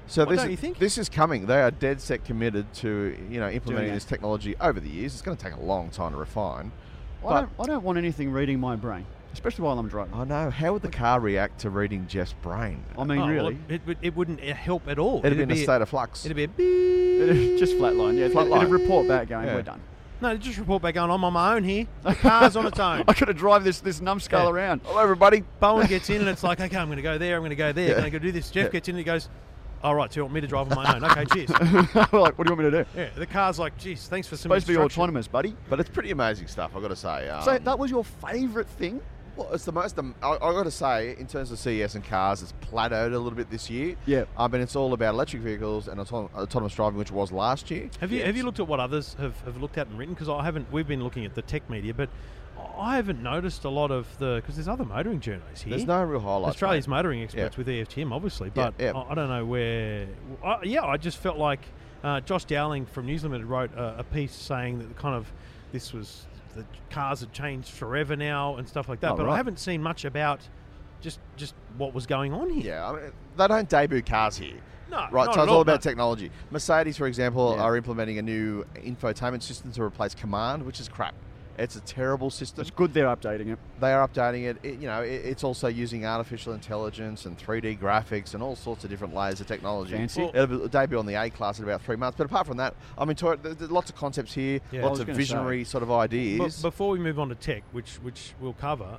E: So
D: Why
E: this
D: don't you
E: is,
D: think?
E: this is coming. They are dead set committed to you know implementing
F: that.
E: this technology over the years. It's going to take a long time to refine.
F: I don't, I don't want anything reading my brain, especially while I'm driving.
E: I know. How would the car react to reading Jeff's brain?
F: I mean,
D: Oh, well,
F: really.
D: it, would- it wouldn't uh, help at all.
E: It'd, be in a
D: be
E: state of flux.
D: It'd be a beep.
F: It'd [laughs] just flatline. Yeah,
E: Flatline.
F: It'd report back going,
E: Yeah.
F: we're done.
D: No, it'd just report back going. I'm on my own here.
E: [laughs]
D: The car's on its own.
F: I could have drive this this numbskull
D: Yeah.
F: [laughs] around.
E: Hello, everybody.
D: Bowen gets in and it's like, okay, I'm going to go there. I'm going to go there. I'm going to go do this. Jeff
E: Yeah.
D: gets in and he goes, all right, so you want me to drive on my own? Okay,
E: [laughs]
D: cheers.
F: We're like, what do you want me to do?
D: Yeah, the car's like, geez, thanks for some
F: supposed to be
D: instruction."
F: autonomous, buddy.
E: But it's pretty amazing stuff. I've got to say. Um,
F: So that was your favourite thing?
E: Well, it's the most. Um, I, I got to say, in terms of CES and cars, it's plateaued a little bit this year.
F: Yeah.
E: Um, and it's all about electric vehicles and auton- autonomous driving, which was last year.
D: Have you have you looked at what others have, have looked at and written? Because I haven't. We've been looking at the tech media, but I haven't noticed a lot of the because there's other motoring journos here.
E: There's no real highlights.
D: Australia's
E: mate.
D: motoring experts
E: Yeah.
D: with E EFTM, obviously, but
E: yeah.
D: I, I don't know where. I, yeah, I just felt like uh, Josh Dowling from News Limited wrote a, a piece saying that kind of this was the cars had changed forever now and stuff like that.
F: Oh,
D: but
F: right.
D: I haven't seen much about just just what was going on here.
E: Yeah. I mean, they don't debut cars here.
D: No,
E: Right,
D: not
E: so
D: at
E: it's
D: all,
E: all about
D: no.
E: technology. Mercedes, for example,
F: Yeah.
E: are implementing a new infotainment system to replace Command, which is crap. It's a terrible system.
F: It's good they're updating it.
E: They are updating it. It- You know, it, it's also using artificial intelligence and 3D graphics and all sorts of different layers of technology.
F: Fancy. Well-
E: It'll be- debut on the A class in about three months. But apart from that, I mean, to- there- there's lots of concepts here,
D: Yeah. I
E: lots
F: was
E: of
F: gonna say.
E: visionary sort of
D: But
E: ideas.
D: before we move on to tech, which which we'll cover,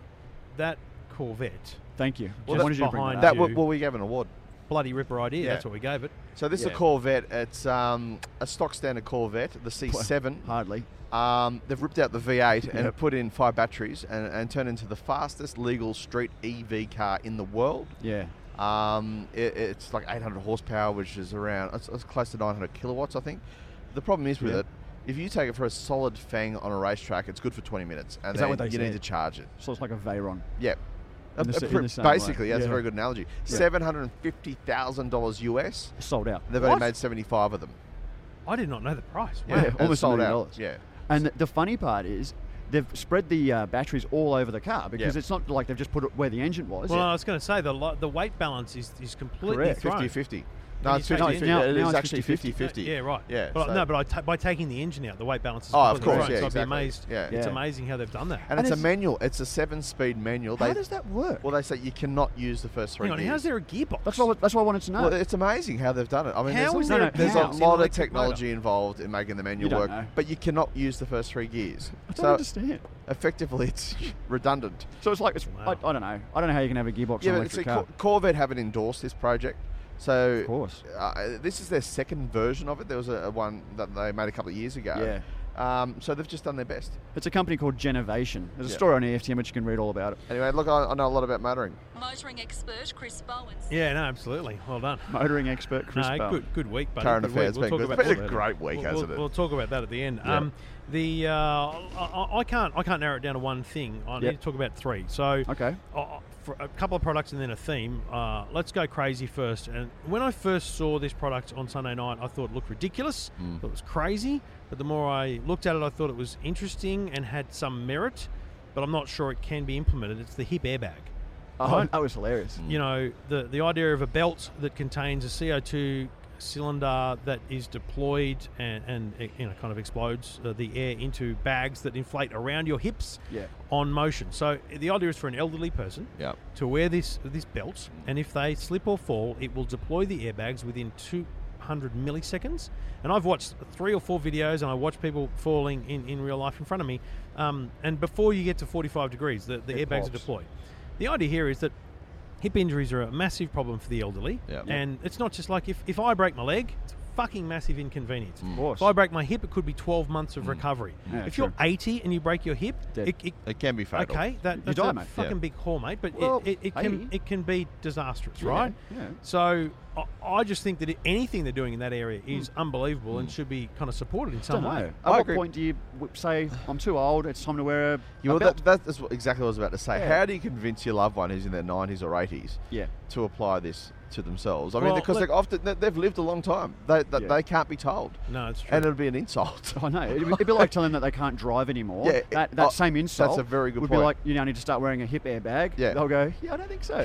D: that Corvette,
F: Thank you.
D: Well,
F: Just
D: that-
F: wanted you to bring
D: behind
F: that
E: that
F: up.
D: you-
E: w- well, we gave an award.
D: bloody ripper idea.
E: Yeah.
D: That's what we gave it.
E: So this is
D: Yeah.
E: a Corvette. It's um, a stock standard Corvette, the C7.
F: Hardly.
E: Um, they've ripped out the V8 and
F: Yep.
E: put in five batteries and, and turned into the fastest legal street EV car in the world.
F: Yeah.
E: Um, it, it's like 800 horsepower, which is around it's, it's close to 900 kilowatts, I think. The problem is with
F: Yeah.
E: it, if you take it for a solid fang on a racetrack, it's good for 20 minutes, and
F: Is that
E: then
F: what they
E: you
F: said?
E: need to charge it.
F: So it's like a Veyron.
E: Yeah. A-
F: the
E: a
F: s- in
E: pr-
F: the same way.
E: basically, that's
F: Yeah.
E: a very good analogy.
F: Yeah.
E: Seven hundred and fifty thousand dollars US.
F: Sold out.
E: They've
D: What?
E: only made seventy-five of them.
D: I did not know the price. Wow.
E: Yeah,
F: Yeah,
E: and
F: almost a
E: sold
F: million
E: out.
F: dollars.
E: Yeah.
F: And the funny part is, they've spread the uh, batteries all over the car because
E: Yeah.
F: it's not like they've just put it where the engine was.
D: Well, I was going to say the lo- the weight balance is, is completely
F: Correct.
D: thrown.
E: 50-50. No,
D: you
E: it's
D: take
E: 50
D: the engine
F: out?
E: It
F: Now
E: is
F: it's
E: actually
F: 50-50.
E: 50-50.
D: Yeah, right.
E: Yeah.
D: But,
E: so-
D: No, but I ta- by taking the engine out, the weight balance is
E: Oh, of
D: completely
E: course,
D: thrown,
E: yeah,
D: so I'd be
E: exactly.
D: amazed.
E: Yeah.
D: It's
F: Yeah.
D: amazing how they've done that.
E: and it's a
F: and it's-
E: manual. It's a seven-speed manual.
F: How
E: They-
F: does that work?
E: Well, they say you cannot use the first three
D: Hang on,
E: gears.
D: how's there a gearbox?
F: that's what that's what I wanted to know.
E: Well, it's amazing how they've done it. I mean,
D: How
E: there's, a,
D: is
F: there a
E: there's
F: balance
E: a
D: in
E: lot
D: an electric
E: of
D: motor?
E: technology involved in making the manual
F: don't
E: work,
F: know.
E: but you cannot use the first three gears.
F: I don't
E: so
F: understand.
E: effectively, it's [laughs] redundant.
F: So it's like it's,
D: Wow.
F: I, I don't know. I don't know how you can have a gearbox
E: yeah,
F: on an
E: but see,
F: electric car.
E: Cor- Corvette haven't endorsed this project. So,
F: Of course.
E: uh, this is their second version of it. There was a, a one that they made a couple of years ago. Yeah. Um, so they've just done their best.
F: It's a company called Genovation. There's a
E: Yeah.
F: story on E EFTM which you can read all about it.
E: Anyway, look, I, I know a lot about motoring.
G: Motoring expert Chris Bowen says
D: Yeah, no, absolutely. Well done.
F: Motoring expert Chris
D: no,
F: Bell.
D: good, good week, buddy.
E: Current
D: Good week.
E: affairs, been good. It's been a great week,
D: we'll,
E: hasn't
D: we'll,
E: it?
D: We'll talk about that at the end.
E: Yeah.
D: Um, the uh, I, I- I can't I can't narrow it down to one thing. I
F: Yep.
D: need to talk about three. So
F: Okay.
D: uh, uh, for a couple of products and then a theme. Uh, let's go crazy first. And when I first saw this product on Sunday night, I thought it looked ridiculous. Thought it was crazy. But the more I looked at it, I thought it was interesting and had some merit. But I'm not sure it can be implemented. It's the hip airbag
F: Oh, that was hilarious.
E: Mm.
D: you know the the idea of a belt that contains a CO2 cylinder that is deployed and, and it, you know kind of explodes uh, the air into bags that inflate around your hips
F: Yeah.
D: on motion. So the idea is for an elderly person
E: Yeah.
D: to wear this this belt, and if they slip or fall, it will deploy the airbags within 200 milliseconds. And I've watched three or four videos, and I watch people falling in, in real life in front of me. Um, and before you get to 45 degrees, the, the airbags
E: It
D: are
E: pops.
D: deployed. The idea here is that hip injuries are a massive problem for the elderly,
E: Yeah. Yeah.
D: and it's not just like if, if I break my leg, it's a fucking massive inconvenience.
F: Of course.
D: If I break my hip, it could be 12 months of recovery.
F: Yeah,
D: if you're
F: true.
D: 80 and you break your hip,
F: Dead.
D: it, it
E: It can be fatal.
D: Okay, that,
F: You
D: that's
F: die,
D: a
F: mate.
D: fucking
E: Yeah.
D: big haul, mate. But
F: Well,
D: it, it, it can
F: hey.
D: it can be disastrous,
F: Yeah,
D: right?
F: yeah.
D: So I, I just think that it, anything they're doing in that area is unbelievable and should be kind of supported in
F: Don't
D: some
F: know.
D: way.
F: At
E: I
F: what
E: agree.
F: point do you w- say I'm too old? It's time to wear a,
E: Yeah,
F: a
E: well,
F: belt?
E: that, that's what- exactly what I was about to say.
F: Yeah.
E: How do you convince your loved one who's in their 90s or 80s
F: Yeah.
E: to apply this to themselves? I mean,
D: Well,
E: because
D: look-
E: they often they- they've lived a long time. They they,
F: Yeah.
E: they can't be told,
D: No, it's true.
E: and it'd be an insult.
F: [laughs]
E: [laughs]
F: I know. It'd be, it'd be like telling them that they can't drive anymore.
E: Yeah, it-
F: that that
E: oh,
F: same
E: that's
F: insult.
E: a very good
F: would
E: point.
F: be like you now need to start wearing a hip airbag.
E: Yeah.
F: They'll go. Yeah, I don't think
E: [laughs]
F: so.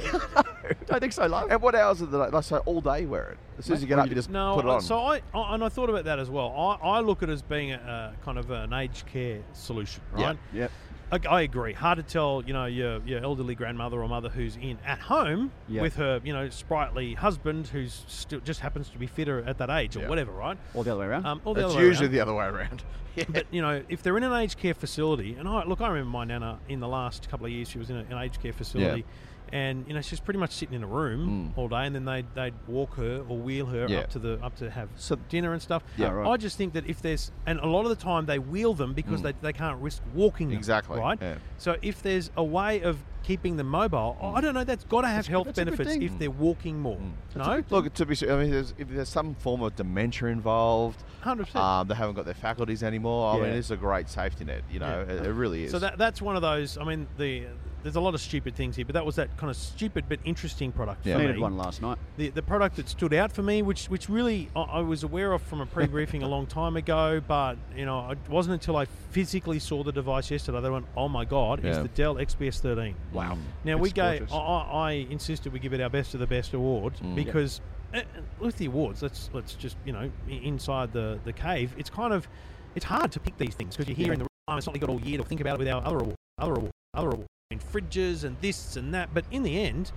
F: don't think so, love.
E: At what hours of the day? Like, so all day wear it. As soon as you get up, you just
D: no,
E: put it on.
D: so I, I and I thought about that as well. I, I look at it as being a, a kind of an aged care solution,
E: Yeah.
D: right?
F: Yep.
D: I, I agree. Hard to tell, you know, your, your elderly grandmother or mother who's in at home
F: Yeah.
D: with her, you know, sprightly husband who's still just happens to be fitter at that age or
E: Yeah.
D: whatever, right?
F: Or the other way around.
D: Um, or the
E: it's
D: other way
E: usually
D: around.
E: the other way around. [laughs]
D: But you know, if they're in an aged care facility, and I look, I remember my nana in the last couple of years, she was in a- an aged care facility, and you know, she's pretty much sitting in a room
F: Hmm.
D: all day, and then they they'd walk her or wheel her
E: Yeah.
D: up to the up to have
E: So-
D: dinner and stuff.
E: Yeah,
F: right. Hmm.
D: I just think that if there's, and a lot of the time they wheel them because they, they can't risk walking them,
E: Exactly,
D: right.
E: yeah.
D: So if there's a way of keeping them mobile, I don't know, that's got to have health
F: Hmm. that's a good
D: benefits
F: thing. Hmm.
D: if they're walking more. No,
E: Look, to be ser- I mean, there's, if there's some form of dementia involved,
D: 100%.
E: um, they haven't got their faculties anymore. I
F: Yeah.
E: mean, it's a great safety net. You know, it, it really is.
D: So that that's one of those. I mean, the there's a lot of stupid things here, but that was that kind of stupid but interesting product
E: Yeah.
D: for
F: Needed
D: me.
F: one last night.
D: The, the product that stood out for me, which which really I, I was aware of from a pre-briefing a long time ago, but you know, it wasn't until I physically saw the device yesterday that I went, "Oh my god!" Is
E: Yeah.
D: the Dell XPS 13.
E: wow.
D: Now we oh,
F: It's
D: gave.
F: gorgeous. Mm.
D: I, I I insisted we give it our best of the best award because uh, uh, with the awards, let's let's just you know i- inside the the cave. It's kind of it's hard to pick these things because you're here in the room. It's not like you got all year to think about it with our other award, other award, other award, and fridges and this and that. But in the end,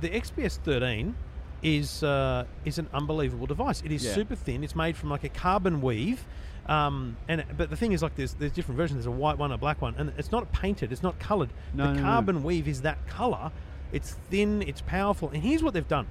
D: the XPS 13 is uh, is an unbelievable device. It is
F: Yeah.
D: super thin. It's made from like a carbon weave. Um, and but the thing is, like there's there's different versions. There's a white one, a black one, and it's not painted. It's not coloured.
F: No,
D: the
F: no, no.
D: carbon weave is that color. It's thin, it's powerful, and here's what they've done.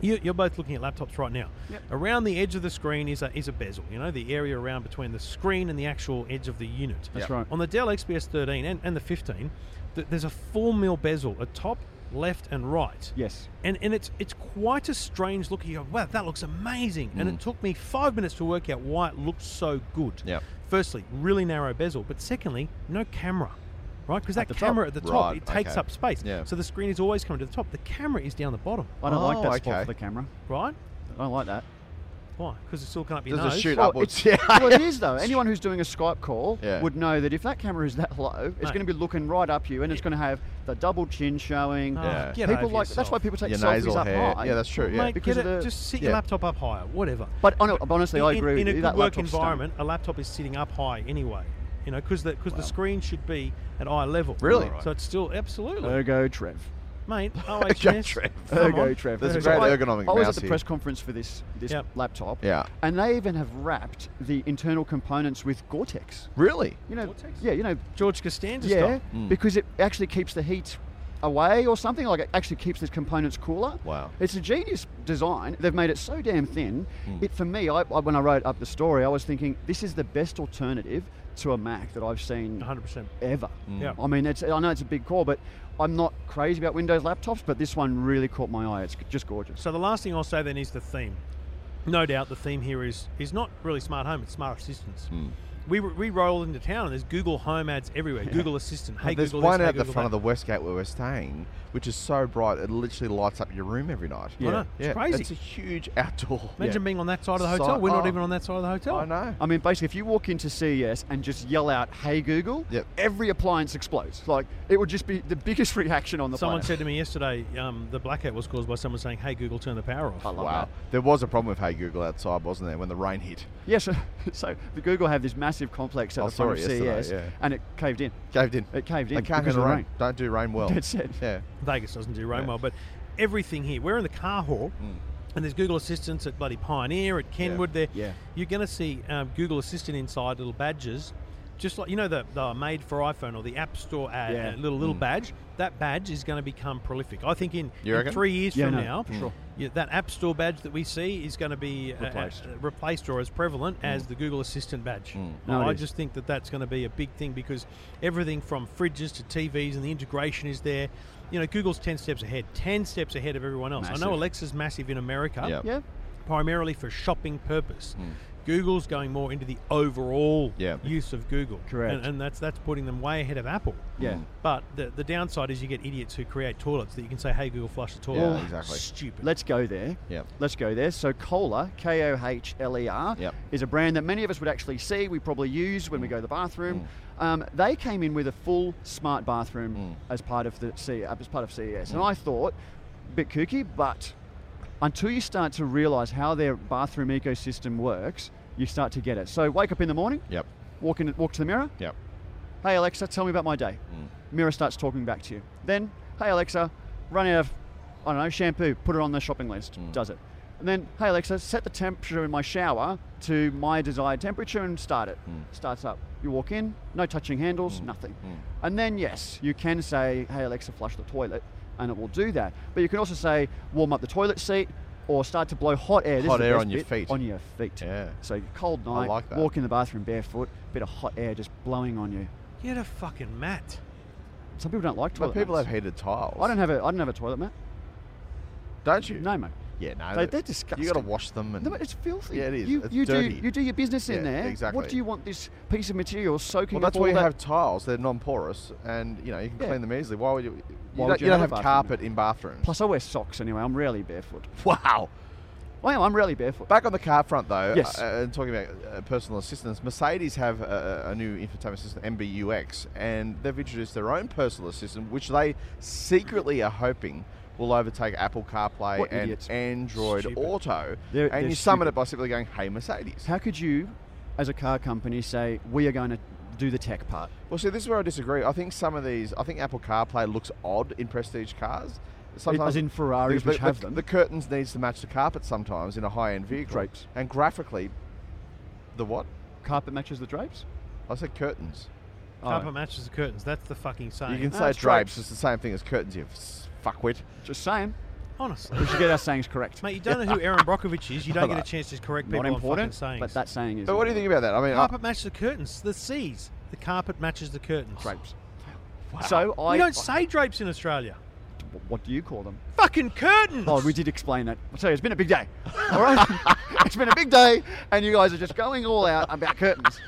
D: You, you're both looking at laptops right now.
F: Yep.
D: Around the edge of the screen is a, is a bezel, you know, the area around between the screen and the actual edge of the unit.
F: That's right.
D: On the Dell XPS 13 and, and the 15, th- there's a 4 mil bezel, a top, left, and right.
F: Yes.
D: And, and it's it's quite a strange look. You go, wow, that looks amazing. And
F: Mm.
D: it took me five minutes to work out why it looked so good.
E: Yep.
D: Firstly, really narrow bezel, but secondly, no camera, right? Because that
F: the top.
D: camera at the top
E: Right,
D: it takes
E: okay.
D: up space.
E: Yeah.
D: So the screen is always coming to the top. The camera is down the bottom,
F: I don't like
E: Oh,
F: that spot
E: okay.
F: for the camera.
D: right?
F: I don't like
E: [laughs]
F: that.
D: Why? Because it's still can't be
E: Does it
D: nose.
E: shoot
F: Well,
E: upwards?
F: it's-
E: [laughs] Yeah.
F: well, it is though. Anyone who's doing a Skype call
E: Yeah.
F: would know that if that camera is that low, it's
D: Mate.
F: going to be looking right up you, and it's going to have the double chin showing.
D: Oh,
E: Yeah.
D: get
F: people
D: over
F: like that's
D: yourself.
F: why people take
E: Your
F: selfies
E: nasal
F: up
E: hair.
F: high.
E: Yeah, that's true. Yeah.
D: Mate,
F: Because
D: get
F: of
D: it.
F: the-
D: Just sit your
E: yeah.
D: laptop up higher, whatever.
F: But on a, honestly, I
D: in,
F: agree
D: in
F: with
D: a
F: you.
D: good
F: that
D: work
F: laptop's stunning.
D: environment, a laptop is sitting up high anyway. You know, because the, 'cause the screen should be at eye level.
E: Really?
D: So it's still absolutely,
F: Ergo Trev.
E: [laughs]
D: mate.
E: Ergo
D: OHS.
E: Trev.
D: come on.
F: Ergo Trev.
E: There's a
F: So
E: great
F: I-
E: ergonomic
F: I was
E: mouse
F: at the
E: here.
F: press conference for this this
D: Yep.
F: laptop.
E: Yeah.
F: And they even have wrapped the internal components with Gore-Tex.
E: Really?
F: You know,
D: Gore-Tex?
F: yeah, you know,
D: George Costanza
F: yeah,
E: Mm.
D: style.
F: because it actually keeps the heat away or something. Like it actually keeps these components cooler.
E: Wow.
F: It's a genius design. They've made it so damn thin.
E: Mm.
F: It for me, I, I, when I wrote up the story, I was thinking this is the best alternative to a Mac that I've seen
D: 100%.
F: ever.
D: Yeah.
F: I mean, it's, I know it's a big call, but I'm not crazy about Windows laptops, but this one really caught my eye. It's just gorgeous.
D: So the last thing I'll say then is the theme. No doubt the theme here is is not really smart home, it's smart assistance.
E: Hmm.
D: We, were- we roll into town and there's Google Home ads everywhere. Google Assistant. Hey,
E: there's
D: Google
E: one
D: this, hey,
E: out the
D: Google
E: front of
D: that.
E: the Westgate where we're staying, which is so bright it literally lights up your room every night.
D: I know, it's crazy.
E: It's a huge outdoor.
D: [laughs] Imagine being on that side of the hotel.
E: Side-
D: We're not
E: oh.
D: even on that side of the hotel.
E: I know.
F: I mean, basically, if you walk into CES and just yell out, "Hey Google,"
E: Yep.
F: every appliance explodes. Like it would just be the biggest [laughs] reaction on the
D: Someone
F: planet.
D: said to me yesterday, um, the blackout was caused by someone saying, "Hey Google, turn the power off."
F: I love
E: wow.
F: that.
E: There was a problem with Hey Google outside, wasn't there, when the rain hit? [laughs]
F: Yes, [laughs] so the Google have this massive complex at
D: Oh,
E: I
F: the
E: saw
F: front of
E: it yesterday,
F: CES,
E: yeah.
F: and it caved in.
E: Caved in.
F: It caved in
E: They can't
F: because
E: handle
F: of the
E: rain.
F: rain.
E: Don't do rain well.
F: That's it.
E: Yeah.
D: Vegas doesn't do rain
E: Yeah.
D: well, but everything here. We're in the car hall, and there's Google Assistants at bloody Pioneer, at Kenwood. There,
F: Hmm. Yeah.
D: you're going to see um, Google Assistant inside little badges, just like you know the, the made for iPhone or the App Store ad,
F: Yeah. Hmm.
D: uh, little little badge. That badge is going to become prolific. I think in,
E: You
D: in
E: reckon?
D: three years
F: Yeah,
D: from
F: no,
D: now,
F: for sure.
D: yeah, that App Store badge that we see is going to be uh,
F: Replaced. Hmm.
D: uh, replaced or as prevalent as the Google Assistant badge.
F: No,
D: I
F: it is.
D: just think that that's going to be a big thing because everything from fridges to TVs and the integration is there. You know, Google's 10 steps ahead, 10 steps ahead of everyone else. I know
F: Massive.
D: Alexa's massive in America,
E: Yeah.
F: Yeah,
D: primarily for shopping purpose.
E: Mm.
D: Google's going more into the overall
E: Yeah.
D: use of Google.
F: Correct.
D: And, and that's that's putting them way ahead of Apple.
F: yeah.
D: But the, the downside is you get idiots who create toilets that you can say, hey, Google, flush the toilet.
E: Yeah, exactly.
D: Stupid.
F: Let's go there.
E: Yep.
F: Let's go there. So Kohler, K O H L E R,
E: Yep.
F: is a brand that many of us would actually see. We probably use when we go to the bathroom.
E: Mm.
F: Um, they came in with a full smart bathroom as part of the C- uh, as part of CES, and I thought a bit kooky, but until you start to realise how their bathroom ecosystem works, you start to get it. So wake up in the morning.
E: Yep.
F: Walk in, walk to the mirror.
E: Yep.
F: Hey Alexa, tell me about my day.
E: Hmm.
F: Mirror starts talking back to you. Then, hey Alexa, run out of, I don't know, shampoo, put it on the shopping list.
E: Hmm.
F: Does it. And then, hey Alexa, set the temperature in my shower to my desired temperature and start it.
E: Hmm.
F: Starts up. You walk in, no touching handles, nothing. And then, yes, you can say, hey Alexa, flush the toilet, and it will do that. But you can also say, warm up the toilet seat. Or start to blow hot air. This is
E: Hot
F: the
E: air
F: best
E: on your
F: bit,
E: feet.
F: On your feet.
E: Yeah.
F: So cold night.
E: like that.
F: Walk in the bathroom barefoot. Bit of hot air just blowing on you.
D: Get a fucking mat.
F: Some people don't like
E: But
F: toilet.
E: people have
F: mats.
E: heated tiles.
F: I don't have a. I don't have a toilet mat.
E: Don't you?
F: No, mate.
E: Yeah, no.
F: They-
E: but
F: they're
E: You got to
F: disgusting.
E: wash them. And
F: No, but it's filthy.
E: Yeah, it is.
F: You,
E: It's
F: you
E: dirty.
F: do you do your business in
E: Yeah,
F: there.
E: exactly.
F: What do you want this piece of material soaking
E: well, that's
F: up all
E: why you
F: that?
E: have tiles. They're non-porous, and you know you can
F: Yeah.
E: clean them easily. Why would you? You,
F: Why
E: don't,
F: would
E: you
F: you
E: don't
F: have
E: have
F: a bathroom?
E: carpet in bathrooms.
F: Plus, I wear socks anyway. I'm rarely barefoot. [laughs]
E: wow.
F: I am. I'm rarely barefoot.
E: Back on the car front, though,
F: Yes.
E: uh, and talking about uh, personal assistants, Mercedes have a, a new infotainment system, MBUX, and they've introduced their own personal assistant, which they secretly are hoping will overtake Apple CarPlay
F: What
E: and
F: idiots.
E: Android
D: Stupid.
E: Auto.
F: They're-
E: and
F: they're
E: you summon
F: stupid.
E: it by simply going, "Hey, Mercedes."
F: How could you, as a car company, say we are going to do the tech part?
E: Well, see, this is where I disagree. I think some of these, I think Apple CarPlay looks odd in prestige cars.
F: As in Ferraris,
E: the,
F: which
E: the-
F: have
E: the-
F: them.
E: The curtains needs to match the carpet sometimes in a high-end vehicle.
F: Drapes.
E: And graphically, the what?
F: Carpet matches the drapes.
E: I said curtains.
D: Carpet
F: Oh,
D: matches the curtains. That's the fucking saying.
E: You can
F: Ah,
E: say
F: it's
E: drapes.
F: drapes.
E: It's the same thing as curtains. You s- fuckwit.
F: just saying.
D: Honestly.
F: We should get our sayings correct.
D: Mate, you don't know who Aaron Brockovich is. You don't get a chance to correct people
F: Not
D: on fucking
F: important,
D: sayings.
F: but that saying is.
E: But what do you think about that? I mean, uh, I-
D: carpet matches the curtains. The C's. The carpet matches the curtains.
F: drapes? So I.
D: We don't say drapes in Australia.
F: What do you call them?
D: Fucking curtains.
F: Oh, we did explain that. So it's been a big
E: [laughs]
F: day. All right, [laughs] it's been a big day, and you guys are just going all out about curtains.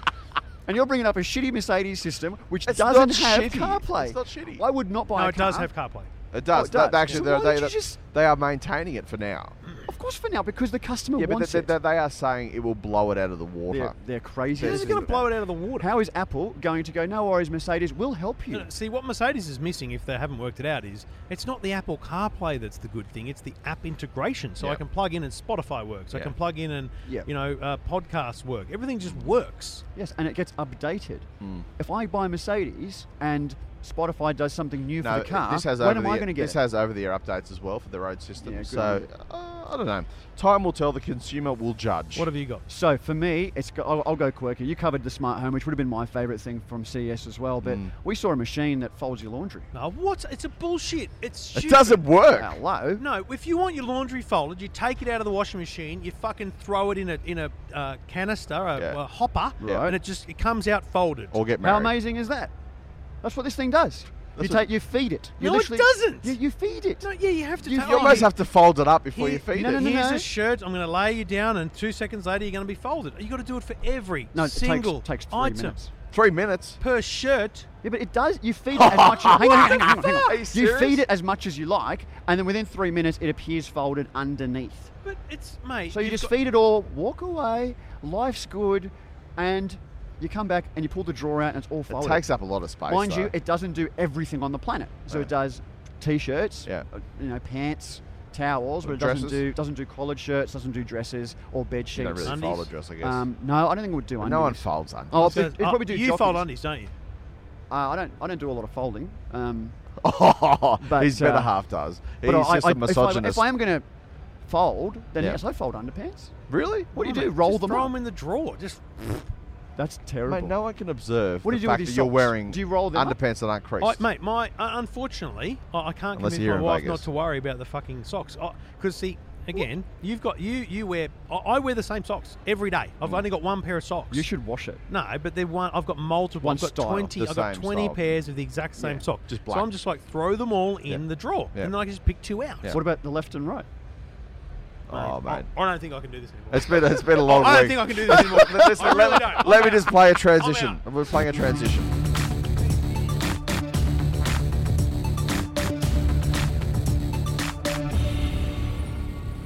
F: And you're bringing up a shitty Mercedes system which
E: It's
F: doesn't
E: not
F: have
E: shitty.
F: CarPlay.
E: It's not shitty.
F: I would not buy.
D: no,
F: a
D: it does
F: car.
D: have CarPlay.
E: it does.
F: it does.
E: They- Actually,
F: So
E: they're-
F: why
E: they,
F: would you
E: they,
F: just-
E: they are maintaining it for now.
F: Of course, for now, because the customer
E: Yeah, but
F: wants
E: they,
F: it.
E: they, they are saying it will blow it out of the water.
F: They're, they're crazy.
D: This is going to blow it out of the water.
F: How is Apple going to go? No worries, Mercedes. We'll help you.
D: No, no, See, what Mercedes is missing, if they haven't worked it out, is it's not the Apple CarPlay that's the good thing. It's the app integration. So I
E: Yeah.
D: can plug in and Spotify works. I
E: Yeah.
D: can plug in and
F: Yeah.
D: you know uh, podcasts work. Everything just works.
F: Yes, and it gets updated.
E: Hmm.
F: If I buy a Mercedes and Spotify does something new
E: No,
F: for the car,
E: this has
F: when
E: over
F: am
E: the
F: I
E: air,
F: going to get
E: this
F: it?
E: has over the air updates as well for the road system.
F: Yeah, good
E: so
F: idea.
E: uh, I don't know. Time will tell. The consumer will judge.
D: What have you got?
F: So for me, it's go- I'll, I'll go quirky. You covered the smart home, which would have been my favourite thing from CES as well. But we saw a machine that folds your laundry.
D: No, what? It's a bullshit. It's
E: it
D: stupid.
E: doesn't work.
F: Hello.
D: No, if you want your laundry folded, you take it out of the washing machine, you fucking throw it in a in a uh, canister, a,
E: Yeah.
D: a hopper,
E: Right.
D: and it just it comes out folded.
E: Or get married.
F: How amazing is that? That's what this thing does.
E: That's
F: you
E: what-
F: take, you feed it. You
D: No, it
F: literally-
D: doesn't.
F: You, you feed it.
D: No, yeah, you have to.
F: You-
D: take-
E: You
D: oh,
E: almost
D: here-
E: have to fold it up before
D: here-
E: you feed
F: no,
E: it.
F: no, no,
D: Here's
F: no.
D: a shirt. I'm going to lay you down, and two seconds later, you're going to be folded. You got to do it for every
F: No, it takes-
D: single
F: takes, three
D: item
F: minutes.
E: Three minutes.
D: per shirt.
F: Yeah, but it does. You feed it as much. As, hang on, hang on, hang on, hang on.
E: Are you
F: You
E: serious?
F: feed it as much as you like, and then within three minutes, it appears folded underneath.
D: But it's mate.
F: So you
D: you've
F: just
D: got-
F: feed it all, walk away. Life's good, and you come back and you pull the drawer out, and it's all
E: It
F: folded.
E: takes up a lot of space.
F: Mind you,
E: though.
F: it doesn't do everything on the planet. So
E: Right.
F: it does t-shirts,
E: Yeah.
F: uh, you know, pants, towels, but it doesn't
E: Dresses?
F: do doesn't do collared shirts, doesn't do dresses or bed
E: you
F: sheets.
E: don't really
D: Undies.
E: fold a dress, I guess.
F: um, no, I don't think it would do.
E: no
F: undies.
E: one folds undies.
F: Oh,
D: So- uh,
F: it'd probably do
D: You
F: jockeys.
D: fold undies, don't you?
F: Uh, I don't. I don't do a lot of folding. Um,
E: [laughs] but,
F: But,
E: his better
F: uh,
E: half does. He's
F: but I,
E: just
F: I,
E: a
F: if, I, if
E: misogynist.
F: I am going to fold, then
E: Yeah.
F: yes, I fold underpants.
E: really? Oh, What do you
F: Why
E: do?
F: not? Roll
D: just
F: them
D: Throw
F: up.
D: them in the drawer. Just
F: That's terrible.
E: Mate, no one can observe
F: What do
E: the
F: you do with
E: fact
F: your
E: that you're
F: socks?
E: wearing
F: Do you roll them up?
E: underpants that aren't creased.
D: I, mate, my uh, unfortunately, I, I can't
E: Unless
D: convince
E: you're
D: my
E: in
D: wife
E: Vegas.
D: not to worry about the fucking socks. Because see, again, you've got you you wear. I, I wear the same socks every day. I've
E: Mm.
D: only got one pair of socks.
F: You should wash it.
D: No, but they one. I've got multiple.
F: One
D: I've got
F: style,
D: twenty.
E: the
D: I've got
E: same
D: twenty
E: style.
D: pairs of the exact same
E: Yeah,
D: sock.
E: just
D: so
E: black.
D: I'm just like throw them all in the drawer,
E: Yeah.
D: and then I can just pick two out.
E: Yeah.
F: What about the left and right?
E: oh,
D: I,
E: mate.
D: I don't think I can do this anymore. [laughs]
E: It's been, it's been a
F: [laughs]
E: long week.
D: I don't think I can do this anymore.
E: Let- [laughs] listen,
D: I
E: let,
D: really don't.
E: let me
D: I'm
E: just
D: out.
E: play a
D: I'm
E: transition.
D: out.
E: We're playing a transition.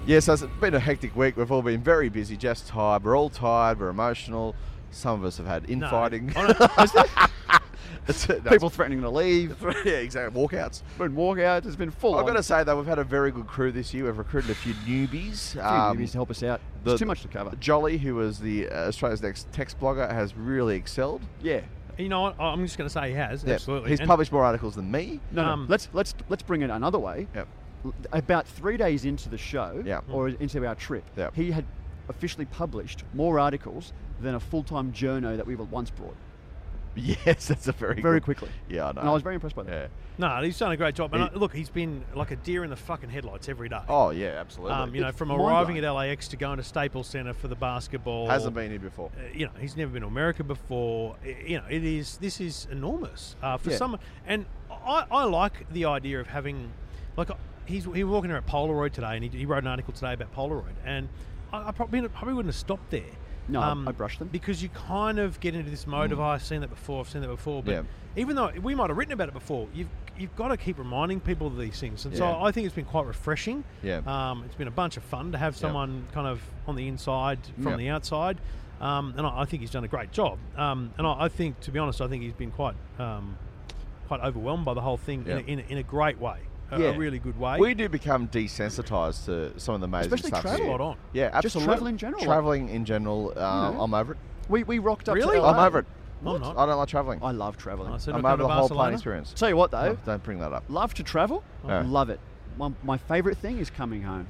E: Yes, it's been a hectic week. We've all been very busy, just tired. We're all tired. We're emotional. Some of us have had
D: No.
E: infighting. [laughs]
D: I don't-
E: It's- no, it's-
F: People threatening to leave.
E: [laughs]
F: [laughs]
E: yeah, exactly. Walkouts.
F: Been walkouts. It's been full.
E: I've got
F: on.
E: to say though, we've had a very good crew this year. We've recruited a few newbies.
F: Few
E: Um,
F: newbies to help us out.
E: the-
F: There's too much to cover.
E: Jolly, who was the uh, Australia's next text blogger, has really excelled.
F: Yeah.
D: You know what? I'm just going to say he has
E: Yeah,
D: absolutely.
E: he's
D: And-
E: published more articles than me.
F: No,
D: Um,
F: no. Let's let's let's bring it another way.
E: Yep.
F: L- About three days into the show,
E: Yeah. Hmm.
F: or into our trip,
E: Yep.
F: he had officially published more articles than a full-time journo that we were once brought.
E: [laughs] Yes, that's a very
F: Very
E: good-
F: quickly.
E: Yeah, I know.
F: And I was very impressed by that.
E: Yeah.
D: No, he's done a great job. And
E: He-
D: I, look, he's been like a deer in the fucking headlights every day.
E: Oh yeah, absolutely.
D: um, you know, from
F: mind
D: arriving
F: blowing.
D: at LAX to going to Staples Center for the basketball.
E: hasn't been here before.
D: Uh, you know, he's never been to America before. I- You know, it is this is enormous uh, for
F: Yeah.
D: someone. And I, I like the idea of having, like, uh, he's he was walking around Polaroid today, and he, he wrote an article today about Polaroid, and I, I probably probably wouldn't have stopped there. Um,
F: No, I- I brushed them. Mm.
D: because you kind of get into this mode of oh, I've seen that before, I've seen that before. But
E: Yeah.
D: even though we might have written about it before, you've you've got to keep reminding people of these things, and so
E: Yeah.
D: I think it's been quite refreshing.
E: Yeah.
D: um, it's been a bunch of fun to have someone kind of on the inside from
E: Yep.
D: the outside, um, and I, I think he's done a great job. Um, and I, I think, to be honest, I think he's been quite um, quite overwhelmed by the whole thing in,
E: Yeah.
D: a, in, a, in a great way, a,
F: Yeah.
D: a really good way.
E: We do become desensitized to some of the amazing
F: Especially
E: stuff.
F: travel.
E: here.
D: Spot on.
E: Yeah,
F: Just
E: absolutely.
F: travel in general.
E: Traveling in general, uh,
F: know.
E: I'm over it.
F: We, we rocked up. to
D: Really?
F: LA.
E: I'm over it.
D: No, I'm not.
E: I don't like traveling.
F: I love traveling. Um,
D: I said,
E: I'm
D: "Look,
E: over
D: come to
E: the whole plane
D: Barcelona."
E: experience.
F: Tell you what
E: No,
F: though,
E: don't bring that up.
F: love to travel.
E: Yeah.
F: Love it. My, my favorite thing is coming home.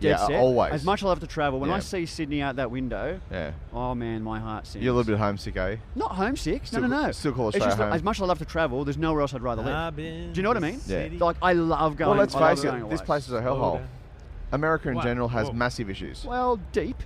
F: Dead
E: Yeah,
F: set.
E: always.
F: As much as I love to travel, when
E: Yeah.
F: I see Sydney out that window,
E: Yeah.
F: oh man, my heart sings.
E: You're a little bit homesick, eh?
F: Not homesick.
E: Still-
F: no, no, no.
E: still call
F: It's just
E: Australia
F: that
E: home.
F: as much as I love to travel, there's nowhere else I'd rather live.
D: I've been
F: Do you know what I
D: to
F: mean?
E: Yeah.
D: city.
F: Like I love going.
E: well, let's
F: I love
E: face
F: going
E: it. This
F: away.
E: place is a
D: Slow
E: hellhole.
D: down.
E: America in
D: Wow.
E: general has
D: Whoa.
E: massive issues.
F: well deep.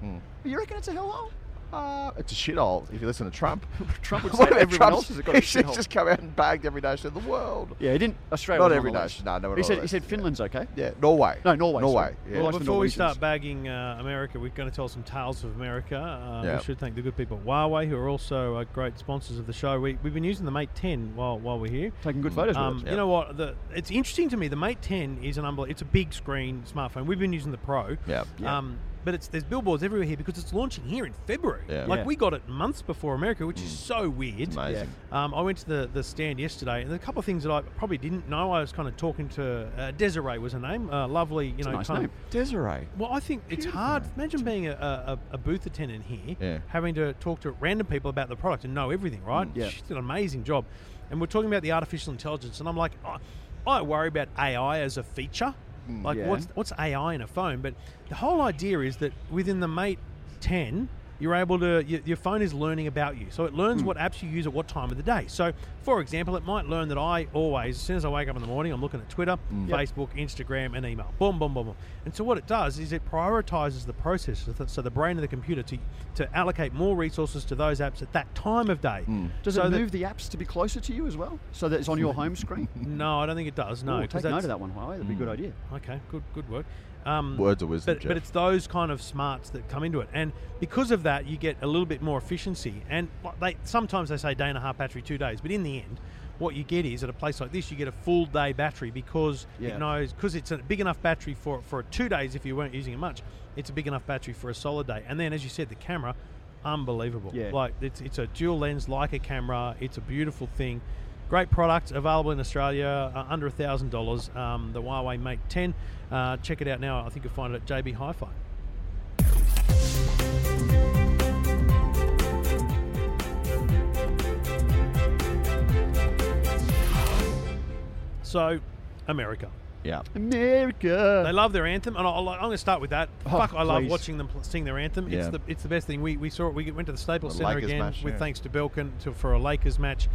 E: Hmm.
F: You reckon it's a hellhole?
E: Uh, it's a shithole if you listen to Trump.
F: [laughs] Trump
E: [laughs]
F: would
E: What
F: say
E: about
F: everyone
E: Trump's-
F: else has
E: [laughs]
F: got a
E: he should
F: shithole.
E: just come out and bagged every nation of the world.
F: Yeah, he didn't. Australia.
E: Not
F: was on
E: every
F: the list.
E: nation, no, no, we're
F: He
E: not
F: said
E: on
F: he
E: the
F: said
E: list,
F: Finland's okay.
E: Yeah, Norway.
F: No, Norway,
E: Norway.
F: sorry.
E: Yeah.
F: Well,
D: Well,
F: Like the
D: before we
F: Norwegians.
D: start bagging uh, America, we're going to tell some tales of America. Uh,
E: Yeah.
D: We should thank the good people at Huawei, who are also uh, great sponsors of the show. We, we've been using the Mate 10 while, while we're here.
F: Taking good photos. with
D: Um,
F: us.
E: yeah.
D: You know what? The, it's interesting to me. The Mate 10 is an unbelievable. It's a big screen smartphone. We've been using the Pro.
E: Yeah.
F: Yeah.
D: Um, but it's there's billboards everywhere here because it's launching here in February.
E: Yeah. Mm.
D: Like
F: Yeah.
D: we got it months before America, which is so weird.
E: Amazing.
D: Um, I went to the, the stand yesterday, and a couple of things that I probably didn't know. I was kind of talking to uh, Desiree was her name, uh, lovely, you know,
F: nice
D: kind
F: name.
D: of
E: Desiree.
D: well, I think it's hard. Imagine being a, a, a- a booth attendant here,
E: Yeah.
D: having to talk to random people about the product and know everything, right?
F: Yeah.
D: She did an amazing job. And we're talking about the artificial intelligence, and I'm like, oh, I worry about AI as a feature. Like
F: Yeah.
D: what's what's AI in a phone? But the whole idea is that within the Mate 10, you're able to your, your phone is learning about you, so it
F: Hmm.
D: learns what apps you use at what time of the day. So, for example, it might learn that I always, as soon as I wake up in the morning, I'm looking at Twitter,
F: Hmm.
D: Facebook, Instagram, and email. Boom, boom, boom, boom. And so what it does is it prioritizes the processor, th- so the brain of the computer to to allocate more resources to those apps at that time of day.
F: Does
D: So
F: it
D: that-
F: move the apps to be closer to you as well, so that it's on your home
E: [laughs]
F: screen?
D: No, I don't think it does. [laughs] No,
F: Ooh,
D: 'cause
F: take note
D: that's-
F: of that one, Huawei. That'd be a good
E: Hmm.
F: idea.
D: Okay, good, good work. Um,
E: Words of wisdom,
D: but,
E: Jeff.
D: but it's those kind of smarts that come into it, and because of that, you get a little bit more efficiency. And what they sometimes they say day and a half battery, two days, but in the end, what you get is at a place like this, you get a full day battery because
F: Yeah.
D: it knows because it's a big enough battery for for two days if you weren't using it much. It's a big enough battery for a solid day, and then as you said, the camera, unbelievable.
F: Yeah.
D: Like it's it's a dual lens Leica camera. It's a beautiful thing. Great product available in Australia uh, under thousand um, dollars. The Huawei Mate 10. Uh, check it out now. I think you'll find it at JB Hi-Fi. So, America.
E: Yeah.
F: America.
D: They love their anthem, and I, I, I'm going to start with that.
F: Oh,
D: Fuck, I love
F: please.
D: watching them pl- sing their anthem.
E: Yeah.
D: It's the it's the best thing. We, we saw it. We went to the Staples
E: The
D: Center
E: Lakers
D: again
E: match,
D: with
E: yeah.
D: thanks to Belkin to, for a Lakers match,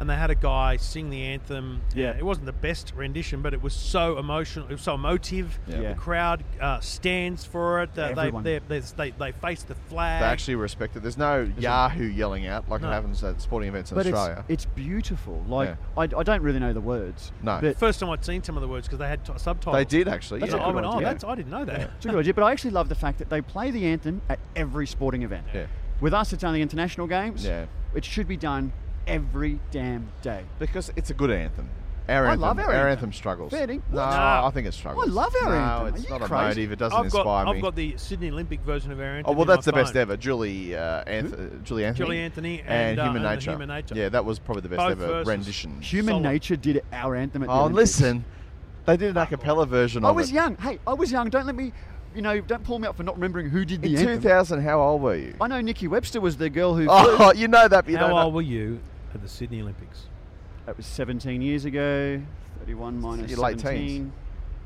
D: and they had a guy sing the anthem.
F: Yeah.
D: it wasn't the best rendition, but it was so emotional. It was so emotive.
E: Yeah. Yeah.
D: The crowd uh, stands for it. Uh, they,
F: Everyone.
D: they, they they they face the flag.
E: They actually respect it. There's no Yahoo yelling out like
D: No.
E: it happens at sporting events in
F: but
E: Australia.
F: It's, it's beautiful. Like
E: Yeah.
F: I, I don't really know the words.
E: No.
F: But
D: First time I'd seen some of the words because they had t- subtitles.
E: they did actually.
F: That's
D: Yeah,
F: a
D: I
F: good
D: went, oh,
F: idea.
D: that's, I didn't know that.
F: it's a good idea. But I actually love the fact that they play the anthem at every sporting event.
E: Yeah.
F: With us, it's only international games.
E: Yeah.
F: It should be done every damn day.
E: Because it's a good anthem. Our
F: I
E: anthem,
F: love our anthem.
E: struggles.
F: Fair dinkum.
E: No,
D: Nah.
E: I think it struggles.
F: I love our
E: no,
F: anthem. Are
E: it's
F: you
E: not
F: crazy?
E: emotive. It doesn't
D: I've got
E: inspire me.
D: I've got the Sydney Olympic version of our anthem.
E: oh well,
D: in my
E: that's the best
D: phone.
E: ever. Julie, uh, Anth- Julie Anthony.
D: Julie Anthony and,
E: and,
D: uh,
E: Human,
D: and the
E: Nature.
D: Human Nature.
E: Yeah, that was probably the best
D: Both
E: ever
D: verses.
E: rendition.
F: Human
D: Solid.
F: nature did our anthem at the
E: Oh,
F: Olympics.
E: listen, they did an a cappella version
F: I
E: of
F: was
E: it.
F: young. Hey, I was young. Don't let me, you know, don't pull me up for not remembering who did the
E: In
F: anthem.
E: 2000, how old were you?
F: I know Nikki Webster was the girl who.
E: Oh, [laughs] you know that, but you
D: How
E: don't
D: old
E: know.
D: were you at the Sydney Olympics?
F: That was 17 years ago. 31 minus
E: Your late teens.
F: 17.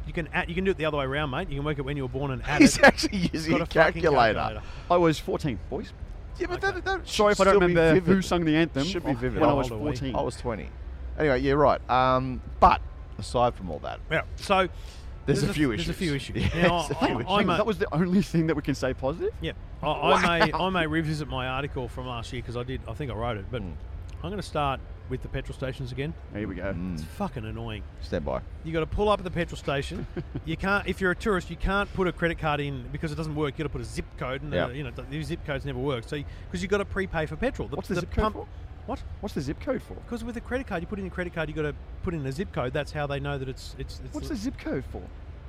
D: You can add, you can do it the other way around, mate. You can work it when you were born and add
E: [laughs] He's
D: it.
E: actually using
D: Got
E: a
D: fucking
E: calculator.
F: I was 14, boys.
E: Yeah, but that, that
F: Sorry if
E: should
F: I don't
E: still be
F: remember
E: vivid.
F: who sung the anthem
E: Should be vivid.
F: when I
E: How
F: was
D: old are we?
F: 14.
E: I was 20. Anyway, yeah, right. Um, but aside from all that,
D: Yeah. So
E: There's a
D: f-
E: few
D: There's a few
E: issues.
D: issues.
E: [laughs] Yeah,
D: Now,
E: there's a
D: I-
E: few
D: I-
E: issues.
F: Hang
D: I'm
F: on,
D: a-
F: that was the only thing that we can say positive.
D: Yeah, I, I may I may revisit my article from last year because I did I think I wrote it,
E: Hmm.
D: but I'm going to start with the petrol stations again.
F: Here we go.
E: Mm.
D: It's fucking annoying.
E: stand by.
D: You got to pull up at the petrol
E: [laughs]
D: station. you can't if you're a tourist, you can't put a credit card in because it doesn't work. You got to put a zip code, and uh,
E: Yeah.
D: you know the zip codes never work. So because you got to prepay for petrol.
F: What's the zip code for?
D: What?
F: What's the zip code for?
D: Because with a credit card, you put in a credit card, you got to put in a zip code. That's how they know that it's it's. it's
F: What's the zip code for?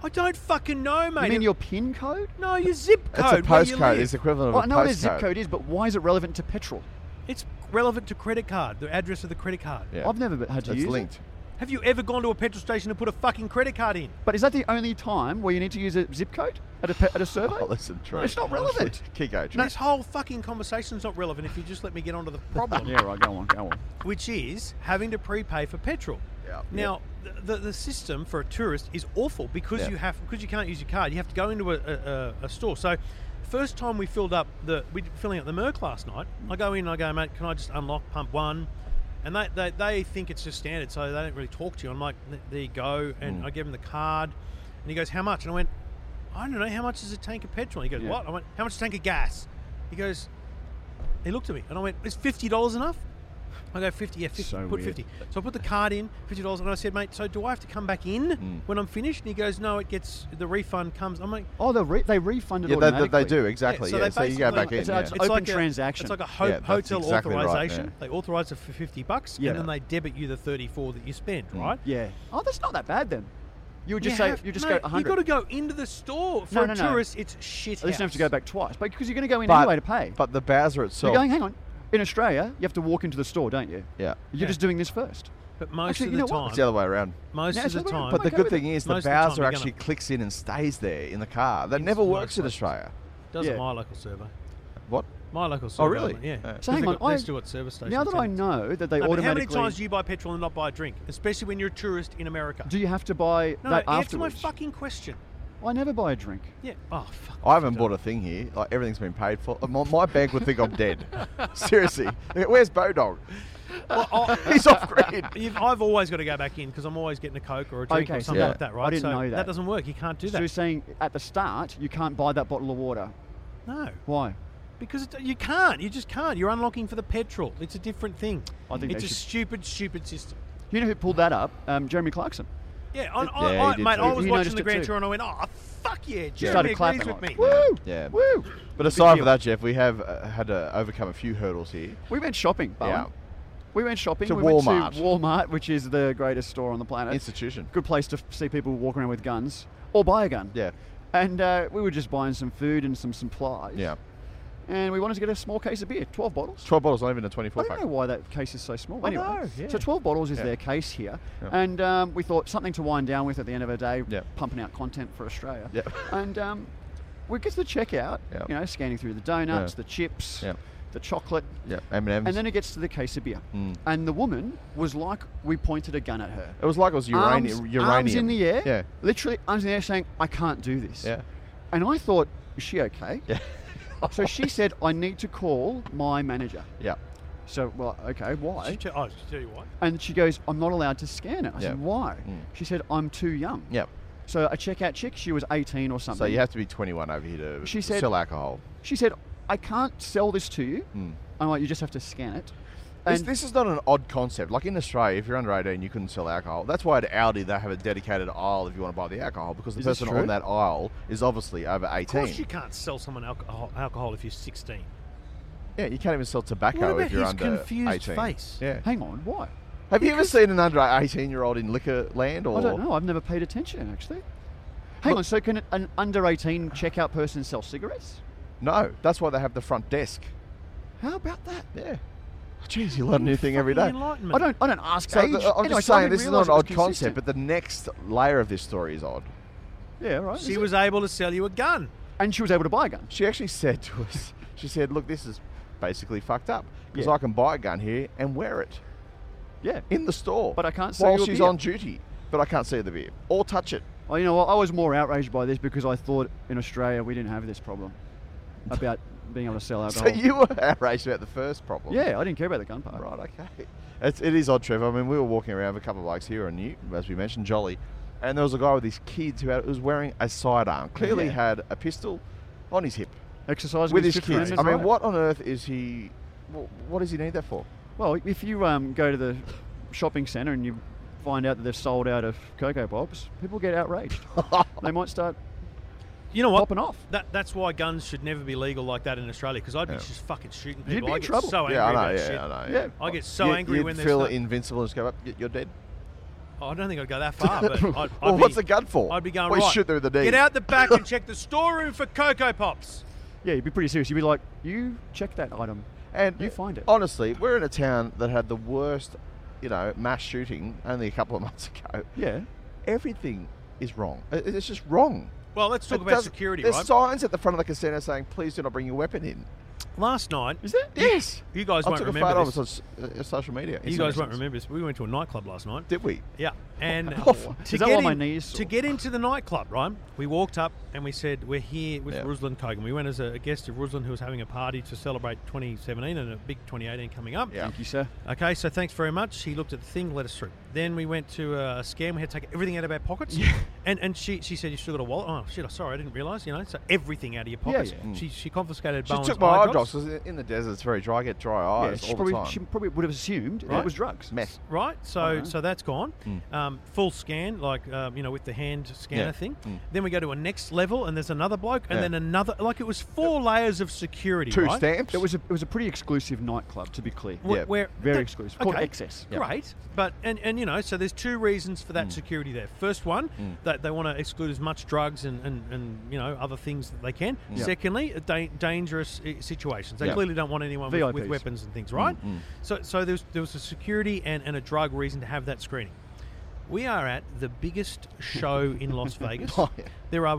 D: I don't fucking know, mate.
F: You mean
D: It-
F: your PIN code?
D: no, your zip
E: It's a
D: code. where you
E: postcode.
D: live.
E: It's equivalent of
F: Oh,
E: a
F: I know
E: postcode.
F: what a zip code is, but why is it relevant to petrol?
D: It's relevant to credit card, the address of the credit card.
E: Yeah.
F: I've never been- had to
E: It's
F: use it.
E: linked.
D: Have you ever gone to a petrol station and put a fucking credit card in?
F: But is that the only time where you need to use a zip code at a, pe- at a survey?
E: Oh, listen, true.
F: It's not
E: [laughs]
F: relevant. [laughs]
E: Keep going.
D: This whole fucking conversation's not relevant if you just let me get onto the problem,
F: [laughs] yeah, right, go on, go on.
D: which is having to prepay for petrol.
E: Yeah.
D: Now, the, the, the system for a tourist is awful because
E: Yeah.
D: you have because you can't use your card. You have to go into a, a, a- a store. So, first time we filled up the we did filling up the Merc last night. I go in and I go, mate, can I just unlock pump one? And they, they, they think it's just standard, so they don't really talk to you. I'm like, "Th- there you go,
E: Mm.
D: and I give him the card, and he goes, how much? And I went, I don't know, how much is a tank of petrol? And he goes,
F: Yeah.
D: what? I went, how much is a tank of gas? He goes, he looked at me, and I went, is fifty dollars enough? I go fifty, yeah, fifty.
F: So
D: put
F: weird.
D: fifty. So I put the card in, fifty dollars, and I said, mate, so do I have to come back in
E: Hmm.
D: when I'm finished? And he goes, no, it gets the refund comes. I'm like,
F: Oh, they re- they refunded
E: yeah, they- they,
F: automatically.
E: they do exactly.
D: so
E: Yeah,
D: they
E: so you go
D: basically-
E: back in.
F: It's-
E: Yeah.
F: it's- open
D: A,
F: transaction.
D: it's like a ho-
E: Yeah, that's
D: hotel
E: exactly right,
D: authorization. They authorize it for fifty bucks,
F: Yeah.
D: and then they debit you the thirty-four that you spent,
E: Hmm.
D: right?
F: Yeah. Oh, that's not that bad then. You would just
D: You
F: say
D: have-
F: you just
D: mate,
F: go 100.
D: You got to go into the store for
F: No,
D: a
F: no, no.
D: tourist. It's shit.
F: At least you don't have to go
D: house.
F: back twice, but because you're going to go in
E: But-
F: anyway to pay.
E: But the Bowser
F: you're
E: itself.
F: going, hang on. In Australia, you have to walk into the store, don't you?
E: Yeah.
F: You're
D: Yeah.
F: just doing this first.
D: But most
F: Actually,
D: of
F: you
D: the
F: know what?
D: time,
E: It's the other way around.
D: most
F: Yeah,
D: of the
F: so what-
D: time,
E: But the
F: okay
E: good
F: with
E: thing
F: it.
E: is, the
D: Most of the time
E: Bowser
D: you're
E: actually
D: gonna-
E: clicks in and stays there in the car. That
D: It's
E: never
D: most
E: works in
D: places.
E: Australia.
D: doesn't
F: yeah.
D: my local server.
E: What?
D: My local super.
E: really?
D: Yeah.
E: Uh,
D: Because
F: So hang
D: they've
F: on,
D: got- Let's
F: I-
D: do what service station.
F: Now that I know that they
D: No, but how many
F: automatically.
D: times do you buy petrol and not buy a drink? Especially when you're a tourist in America.
F: do you have to buy
D: no,
F: that
D: no, answer my
F: afterwards?
D: fucking question.
F: I never buy a drink.
D: Yeah. Oh, fuck. [laughs]
E: I haven't bought a thing here. Like everything's been paid for. My, my bank would think I'm
F: [laughs]
E: dead. Seriously, where's Bodog? He's off
F: [laughs]
E: grid.
D: You've, Oh, I've always got to go back in because I'm always getting a Coke or a drink or
F: Okay, so
D: something
E: yeah.
D: like that,
F: I
D: right?
F: didn't
D: so
F: know
D: That
F: that.
D: doesn't work. You can't do
F: So
D: that.
F: you're saying at the start you can't buy that bottle of water.
D: no.
F: Why?
D: Because it, you can't. You just can't. You're unlocking for the petrol. It's a different thing.
F: I think
D: it's
F: they
D: a
F: should-
D: stupid, stupid system.
F: You know who pulled that up? Um, Jeremy Clarkson.
D: Yeah, I,
E: Yeah,
D: I,
E: he
D: I,
E: did
D: mate,
E: too.
D: I was
F: You
D: watching
F: noticed
D: the
F: it
D: Grand
F: too.
D: Tour and I went, oh, fuck yeah, Jeremy
F: started
D: agrees
F: clapping
D: with
F: on
D: me.
F: it. Woo!
E: Yeah.
F: Woo!
E: But aside from that, Jeff, we have uh, had to overcome a few hurdles here.
F: We went shopping, Bowen.
E: Yeah.
F: We went shopping.
E: To
F: we went
E: Walmart.
F: to Walmart, which is the greatest store on the planet.
E: Institution.
F: Good place to f- see people walking around with guns or buy a gun.
E: Yeah.
F: And uh, we were just buying some food and some supplies.
E: Yeah.
F: And we wanted to get a small case of beer, 12 bottles.
E: Twelve bottles, not even a
F: I
E: twenty-four
F: don't
E: pack.
F: know why that case is so small.
D: I
F: Anyway,
D: know, yeah.
F: so 12 bottles is
E: Yeah.
F: their case here,
E: Yeah.
F: and um, we thought something to wind down with at the end of a day,
E: Yeah.
F: pumping out content for Australia.
E: Yeah.
F: And um, we get to the checkout,
E: Yeah.
F: you know, scanning through the donuts,
E: Yeah.
F: the chips,
E: Yeah.
F: the chocolate,
E: Yeah. Mm. M&Ms.
F: and then it gets to the case of beer. And the woman was like, we pointed a gun at her.
E: it was like it was Oh, urani-
F: Arms,
E: uranium.
F: arms in the air,
E: Yeah.
F: literally arms in the air, saying, I can't do this.
E: Yeah.
F: And I thought, is she okay?
E: Yeah.
F: So she said, I need to call my manager.
E: Yeah.
F: So, well, okay, why?
D: Should I- oh, should I tell you what.
F: And she goes, I'm not allowed to scan it. I
E: Yeah.
F: said, why?
E: Mm.
F: She said, I'm too young.
E: Yeah.
F: So a checkout chick, she was 18 or
E: So
F: something.
E: you have to be twenty-one over here to
F: She said-
E: sell alcohol.
F: She said, I can't sell this to you.
E: Mm.
F: I'm like, you just have to scan it.
E: This,
F: And
E: this is not an odd concept. Like in Australia, if you're under 18, you couldn't sell alcohol. That's why at Aldi they have a dedicated aisle if you want to buy the alcohol because the
F: Is this
E: person
F: true?
E: on that aisle is obviously over 18.
D: Of course, you can't sell someone alcohol, alcohol if you're 16.
E: Yeah, you can't even sell tobacco
D: What about
E: if you're
D: his
E: under
D: confused
E: 18.
D: face?
E: Yeah.
F: hang on, why?
E: Have you ever seen an under 18 year old in liquor land? Or
F: I don't know. I've never paid attention, actually. Hang on, so can an under 18 checkout person sell cigarettes?
E: No, that's why they have the front desk.
F: How about that?
E: Yeah. Jeez, you learn a new thing every day.
D: Fucking
F: I
D: Enlightenment.
F: don't, I don't ask
E: So
F: age.
E: the- I'm
F: Anyway,
E: just
F: so I
E: saying
F: didn't
E: this is
F: realise
E: not an
F: it was
E: odd
F: consistent.
E: concept, but the next layer of this story is odd.
F: Yeah, right.
D: She
F: is it?
D: was able to sell you a gun.
F: and she was able to buy a gun.
E: She actually said to us, she said, look, this is basically fucked up because
F: Yeah.
E: I can buy a gun here and wear it.
F: Yeah.
E: in the store.
F: But I can't see
E: While
F: your
E: she's
F: beer.
E: on duty, but I can't see the beer or touch it.
F: Oh, you know what? I was more outraged by this because I thought in Australia we didn't have this problem about being able to sell
E: [laughs] So
F: alcohol.
E: you were outraged about the first problem.
F: yeah, I didn't care about the gun part.
E: Right. Okay. It's, it is odd, Trevor. I mean, we were walking around with a couple of blokes here on Newton, as we mentioned, Jolly, and there was a guy with his kids who had, was wearing a sidearm. Clearly
F: Yeah.
E: had a pistol on his hip
F: Exercising
E: with
F: his
E: his
F: Fifth
E: kids. I
F: Amendment
E: mean,
F: right.
E: what on earth is he? wh- What does he need that for?
F: Well, if you um, go to the shopping centre and you find out that they've sold out of Cocoa Pops, people get
E: [laughs]
F: outraged. they might start
D: You know what?
F: popping off.
D: That, that's why guns should never be legal like that in Australia because I'd be just fucking shooting people.
F: You'd be
D: Oh, I
F: in
D: get
F: trouble.
D: so angry
E: yeah, I know.
D: about
E: Yeah,
D: shit.
E: I know.
F: Yeah.
D: I get so
E: You-
D: angry
E: you'd
D: when there's
E: feel
D: no-
E: invincible and just go up. "Y- You're dead.
D: Oh, I don't think I'd
E: [laughs]
D: go that far. But I'd, I'd
E: Well,
D: be,
E: what's the gun for?
D: I'd be going
E: Well, you
D: right.
E: shoot them in the knee."
D: Get out the back
E: [laughs]
D: and check the storeroom for Cocoa Pops.
F: Yeah, you'd be pretty serious. You'd be like, you check that item.
E: And
F: You find it.
E: Honestly, we're in a town that had the worst, you know, mass shooting only a couple of [laughs] months ago.
F: Yeah.
E: Everything is wrong. I- It's just wrong.
D: Well, let's talk
E: It
D: about
E: doesn't-
D: security,
E: There's
D: right?
E: signs at the front of the casino saying, "Please do not bring your weapon in."
D: Last night,
F: Is that?
E: Yes.
D: you guys
E: I
D: won't
E: took
D: remember
E: a photo
D: this.
E: of it on s- uh, social media.
D: you guys won't
E: Instagram.
D: remember this, but we went to a nightclub last night.
E: Did we?
D: Yeah, and to
E: Oh, is
F: that
D: get
F: why my
D: in-
F: knees
D: to
F: sore?
D: get into the nightclub, right? We walked up and we said we're here with
E: Yeah.
D: Ruslan Kogan. We went as a guest of Ruslan, who was having a party to celebrate 2017 and a big 2018 coming up.
E: Yeah.
F: Thank you, sir.
D: Okay, so thanks very much. He looked at the thing, let us through. Then we went to a scan. We had to take everything out of our pockets.
F: Yeah.
D: And and she, she said, "You still got a wallet?" Oh shit! I'm sorry, I didn't realise. You know, so everything out of your pockets.
F: yeah.
D: She she confiscated.
E: She
D: Bowen's
E: took my eye drops
D: drops,
E: 'cause i- in the desert. It's very dry. I get dry
F: Yeah,
E: eyes
F: she,
E: all the
F: probably,
E: time.
F: she probably would have assumed that
E: Right.
F: it was
D: [laughs]
F: drugs.
E: Meth.
D: Right, so
E: Uh-huh.
F: Alright.
D: so that's gone. Um, full scan, like um, you know, with the hand scanner
E: Hmm. Yeah.
D: thing.
E: Mm.
D: Then we go to a next level, and there's another bloke, and
E: Yeah.
D: then another. Like it was four layers of security.
E: Two
D: right?
E: stamps.
F: It was, a, it was a pretty exclusive nightclub, to be clear.
D: Wh-
E: Yeah.
D: where-
F: Very
D: that-
F: exclusive. Called Excess.
E: Yeah. Mm.
D: Great, but and and you know, so there's two reasons for that security there. First one, that they want to exclude as much drugs and, and, and you know other things that they can.
E: Yeah.
D: Secondly, da- dangerous i- situations. They
E: Yeah.
D: clearly don't want anyone with, with
F: VIPs.
E: Mm,
D: weapons and things, right? So so there was, there was a security and, and a drug reason to have that screening. We are at the biggest show in
E: [laughs]
D: Las Vegas.
E: Oh, yeah.
D: There are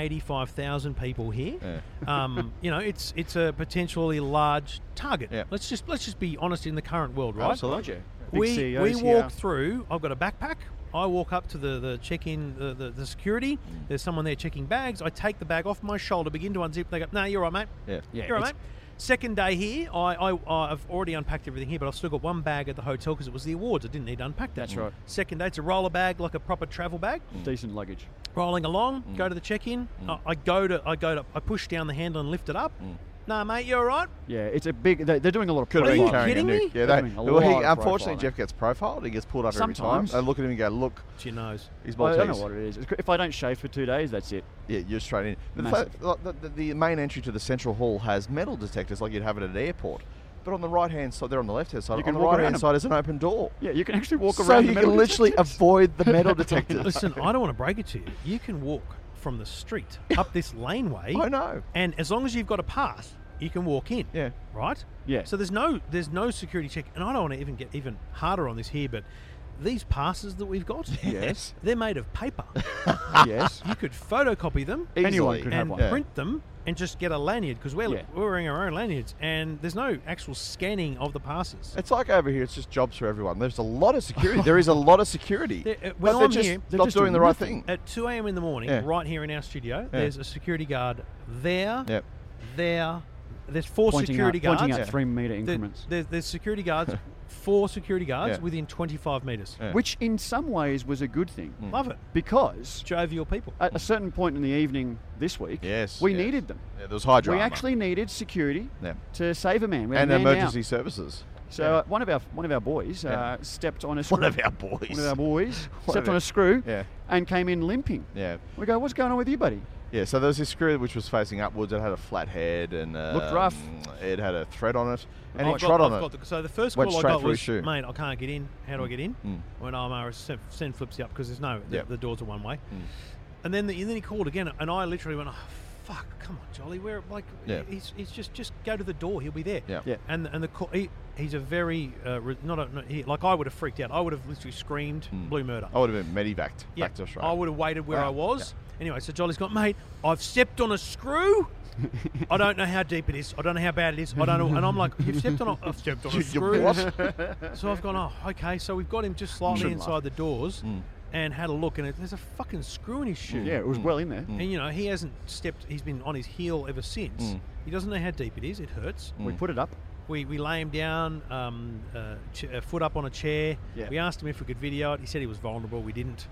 D: 185,000 people here. Um, you know, it's it's a potentially large target.
E: Yeah.
D: Let's just let's just be honest in the current world, right?
E: Absolutely.
F: Roger.
D: we
F: Big
D: we
F: CEOs
D: walk
F: here.
D: through. I've got a backpack. I walk up to the, the check-in, the, the, the
F: Mm.
D: security. There's someone there checking bags. I take the bag off my shoulder, begin to unzip. They go, "No, you're all right, mate.
E: Yeah.
F: Yeah,
D: you're all right,
F: it's-
D: mate." Second day here, I, I I've already unpacked everything here, but I've still got one bag at the hotel because it was the awards. I didn't need to unpack that.
F: That's right. Mm.
D: Second day, it's a roller bag, like a proper travel bag
F: Decent luggage.
D: rolling along,
F: Mm.
D: go to the check-in. I, I go to, I go to, I push down the handle and lift it up.
F: Mm.
D: Nah, mate, you all right?
F: Yeah, it's a big. They, they're doing a lot of
E: Could have
D: Are
E: been
D: you
F: profiling.
E: carrying
D: kidding
E: a
D: me?
E: nuke. Yeah,
F: Could
E: they,
F: have been a
E: well, he,
F: lot of
E: unfortunately,
F: profiling.
E: Jeff gets profiled. He gets pulled up
F: Sometimes.
E: every time. They look at him and go, "Look,
D: She knows.
E: he's
F: I
E: Maltese."
F: don't know what it is. It's- If I don't shave for two days, that's it.
E: Yeah, you're straight in. But the, fa-
F: Massive.
E: like, the, the, the main entry to the central hall has metal detectors, like you'd have it at an airport. But on the right hand side, they're on the left hand side.
F: You
E: on
F: can
E: the
F: walk
E: right
F: around
E: hand
F: 'em.
E: side is an open door.
F: Yeah, you can actually walk
E: so
F: around. the
E: you
F: metal
E: can literally
F: detectors.
E: avoid
F: [laughs]
E: the metal detectors.
D: Listen, I don't want to break it to you. You can walk from the
E: [laughs]
D: street up this laneway.
E: I know.
D: And as long as you've got a pass, you can walk in.
E: Yeah.
D: Right.
F: Yeah.
D: So there's no there's no security check, and I don't want to even get even harder on this here, but these passes that we've got,
E: [laughs] Yes.
D: they're made of paper.
E: [laughs]
F: yes.
D: you could photocopy them.
F: Anyone
E: Easily.
F: could have
D: and
F: one.
E: Yeah.
D: print them and just get a lanyard because we're,
F: Yeah.
D: we're wearing our own lanyards and there's no actual scanning of the passes.
E: It's like over here, it's just jobs for everyone. There's a lot of security. there is a lot of security.
D: There- uh,
E: but
D: when
E: they're
D: I'm
E: just
D: here-
E: not
F: They're just
E: doing the
F: doing
E: right
F: nothing.
E: thing.
D: At 2 a.m. in the morning,
E: Yeah.
D: right here in our studio, there's a security guard there,
E: Yep.
D: there, there's four
F: Pointing out,
D: security guards.
F: pointing out
E: Yeah.
F: three meter
D: There-
F: increments,
D: there's, there's security
E: [laughs]
D: guards, four security guards
E: Yeah.
D: within 25 metres.
E: Yeah.
F: which in some ways was a good thing
E: Hmm.
D: Mm. Love it.
F: because
D: Jovial people.
F: at a certain point in the evening this week,
E: Yes,
F: we
E: yes.
F: needed them.
E: Yeah, there was high
F: We
E: drama.
F: actually needed security
E: Yeah.
F: to save a man. We had
E: and
F: a man down.
E: emergency services. [laughs]
F: So uh, one of our one of our boys uh, stepped on a screw.
E: One of our boys.
F: One of our boys
E: [laughs] One
F: stepped
E: of
F: on
E: our-
F: a screw
E: Yeah.
F: and came in limping.
E: yeah.
F: We go, what's going on with you, buddy?
E: Yeah, so there was this screw which was facing upwards. It had a flat head and uh,
F: Looked rough.
E: It had a thread on it, and
D: Oh, I've
E: he
D: got-
E: trod
D: I've
E: on it.
D: got the- so the first
E: Went
D: call I
E: straight
D: got
E: through Mm. his
D: was,
E: shoe.
D: mate, I can't get in. How do I get in? When I'm uh, send, send Flipsy up because there's no, the,
E: Yep.
D: the doors are one way.
E: Mm.
D: And then the, and then he called again, and I literally went, oh, fuck, come on, Jolly, we're like,
E: Yeah.
D: he's, he's just just go to the door, he'll be there.
E: Yeah.
F: Yeah.
D: And and the call, he, he's a very uh, re- not a not, he, like I would have freaked out. I would have literally screamed
E: Mm.
D: blue murder.
E: I would have been medevaced
D: Yeah,
E: back to Australia.
D: I would have waited where
E: Yeah.
D: I was. Anyway, so Jolly's gone, mate, I've stepped on a
E: [laughs]
D: screw. I don't know how deep it is. I don't know how bad it is. I don't know. And I'm like, you've stepped on a, I've stepped on a
E: [laughs] [laughs] You-
D: screw.
E: you what?
D: So I've gone, oh, okay. So we've got him just slightly
F: Shouldn't laugh.
D: inside the doors
E: Hmm.
D: and had a look, and it, there's a fucking screw in his shoe.
F: Yeah,
E: Hmm.
F: it was well in there.
D: And, you know, he hasn't stepped, he's been on his heel ever since.
E: Hmm.
D: He doesn't know how deep it is. It hurts.
F: We put it up.
D: We, we lay him down, um, uh, ch- uh, foot up on a chair.
F: Yeah.
D: We asked him if we could video it. He said he was vulnerable. We didn't.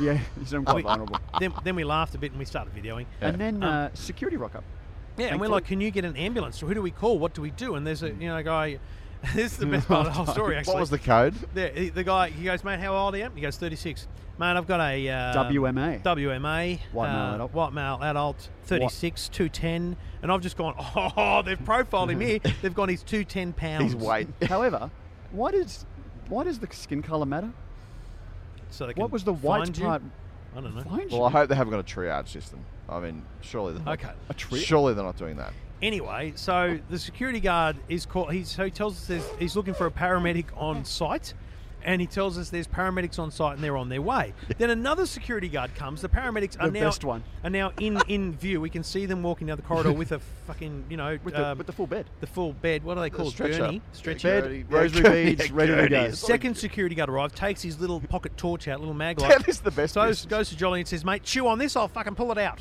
F: Yeah, [laughs] he's quite vulnerable.
D: then, then we laughed a bit and we started videoing.
F: And
D: Um,
F: then uh, security rock up.
D: Yeah, and we're
F: Thankfully.
D: like, can you get an ambulance? Or who do we call? What do we do? And there's a you know guy. [laughs] this is the
F: [laughs]
D: best part of the whole story. [laughs] Actually,
E: what was
D: [laughs]
E: the code?
D: There, he- the guy? He goes, mate, how old are you? He goes, 36. Mate, I've got a uh,
F: WMA.
D: WMA,
F: White male
D: uh,
F: adult.
D: white male adult, 36, 210, and I've just gone. [laughs] Oh, they've profiled
F: [laughs]
D: him here. They've gone. He's 210 pounds.
E: His weight.
F: However, why does why does the skin color matter?
D: So they can
F: What was the white
D: find you?
F: part?
D: I don't know.
F: Find
E: [laughs] Well, I
F: you?
E: hope they haven't got a triage system. I mean, surely they're not.
D: Okay.
F: A tree?
E: Surely they're not doing that.
D: Anyway, so the security guard is called. He, so he tells us there's, he's looking for a paramedic on site, and he tells us there's paramedics on site and they're on their way. Then another security guard comes. The paramedics are
F: The
D: now
F: best one.
D: are now in in view. We can see them walking down the corridor with a fucking you know
F: With the,
D: um,
F: with the full bed.
D: the full bed. What do they call it?
E: stretcher.
D: Gurney.
E: Stretcher.
D: Stretcher.
E: Gurney.
F: Bed, rosary
E: Yeah, gurney,
F: beads, ready to
E: gurney.
F: go.
E: It's like-
D: Second security guard arrives, takes his little pocket torch out, little
F: [laughs]
D: mag light.
E: [laughs] That is the best
D: So
E: business.
D: goes to Jolly and says, "Mate, chew on this. I'll fucking pull it
F: [laughs]
D: out."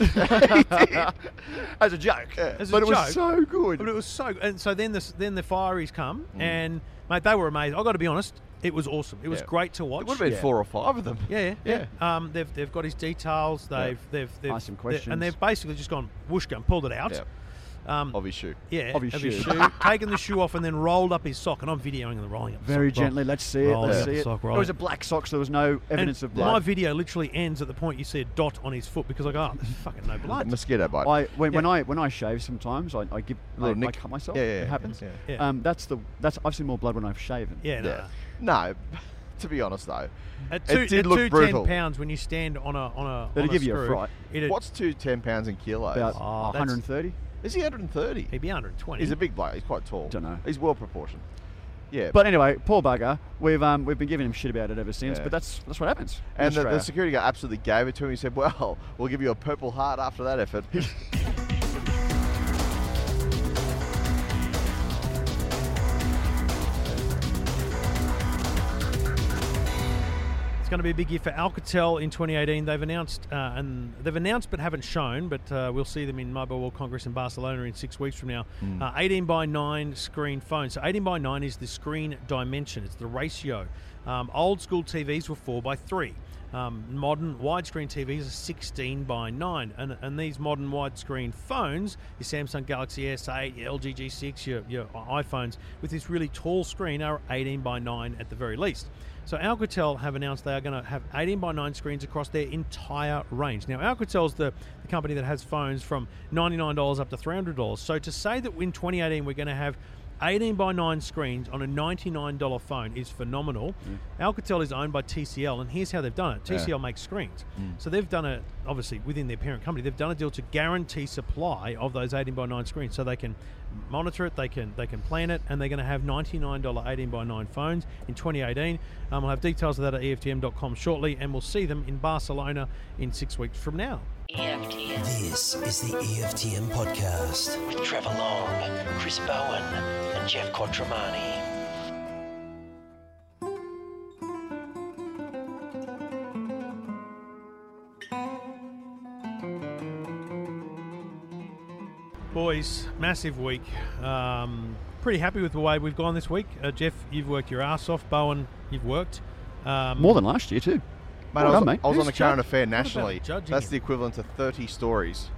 F: As a joke.
D: As a
E: but it
D: joke.
E: was so good.
D: But it was so, and so then this, then the fireys come,
F: Mm.
D: and mate, they were amazing. I got to be honest, it was awesome. It was
E: Yeah.
D: great to watch.
E: would have been four or five of them.
D: Yeah, yeah, yeah. Um, they've, they've got his details. They've they've, they've
F: Asked him
D: they-
F: questions.
D: and they've basically just gone whoosh gun, pulled it out.
E: Yeah.
D: Um,
E: Of his shoe.
D: yeah,
F: of his shoe. [laughs]
D: taken the shoe off, and then rolled up his sock. And I'm videoing and rolling up. the
F: Very
D: sock, roll-
F: gently. Let's see it.
D: rolling
F: Let's
D: up the
F: see it.
D: sock,
F: it
D: rolling-
F: was a black sock, so there was no
D: And
F: evidence of
D: My
F: blood.
D: video literally ends at the point you see a dot on his foot because I go, oh, there's fucking no
E: A
D: blood.
E: mosquito bite.
F: I when, when I when I shave sometimes I, I give
E: A little
F: I, I
E: nick.
F: cut myself.
E: Yeah, yeah,
F: it
E: yeah.
F: happens.
E: Yeah.
D: Yeah.
F: Um, that's the that's I've seen more blood when I've shaven.
D: yeah, no.
E: yeah. [laughs] No, to be honest though,
D: At two,
E: it did
D: at
E: look
D: two ten
E: brutal.
D: pounds when you stand on a on a.
F: That'd
D: on
F: give you a
D: screw,
F: fright.
D: It'd,
E: What's two ten pounds in kilos?
F: About
D: Oh, that's-
F: 130.
E: Is he 130?
D: He'd be 120.
E: He's a big bloke. He's quite tall.
F: Dunno.
E: He's well proportioned. Yeah.
F: But anyway, poor bugger. We've um, we've been giving him shit about it ever since.
E: Yeah.
F: But that's that's what happens. in
E: and the, the
F: Australia.
E: security guy absolutely gave it to him. He said, "Well, we'll give you a purple heart after that effort."
D: It's going to be a big year for Alcatel in 2018. They've announced uh, and they've announced but haven't shown, but uh, we'll see them in Mobile World Congress in Barcelona in six weeks from now.
E: Hmm.
D: Uh, 18 by 9 screen phone. So 18 by 9 is the screen dimension. It's the ratio. Um, old school TVs were four by three. Um, modern widescreen TVs are 16 by 9, and, and these modern widescreen phones, your Samsung Galaxy S8, your LG G6, your, your iPhones, with this really tall screen are 18 by 9 at the very least. So Alcatel have announced they are going to have 18 by 9 screens across their entire range. Now Alcatel's the, the company that has phones from $99 up to $300. So to say that in 2018 we're going to have 18 by 9 screens on a $99 phone is phenomenal. Alcatel is owned by TCL, and here's how they've done it TCL makes screens. So they've done a, obviously within their parent company, they've done a deal to guarantee supply of those 18 by 9 screens so they can monitor it, they can they can plan it, and they're going to have $99 18 by 9 phones in 2018. Um, we'll have details of that at EFTM.com shortly, and we'll see them in Barcelona in six weeks from now.
B: EFTM.
C: This is the EFTM podcast with Trevor Long, Chris Bowen, and Jeff Quattromani.
D: Boys, massive week. Um, pretty happy with the way we've gone this week. Uh, Jeff, you've worked your ass off. Bowen, you've worked. Um,
F: More than last year too.
E: [laughs] Mate,
F: Well
E: I was,
F: done, mate.
E: I was on a
D: Who's
E: current
D: judge-
E: affair
D: what about
E: nationally.
D: judging
E: That's
D: him? Oh,
E: the equivalent to 30 stories.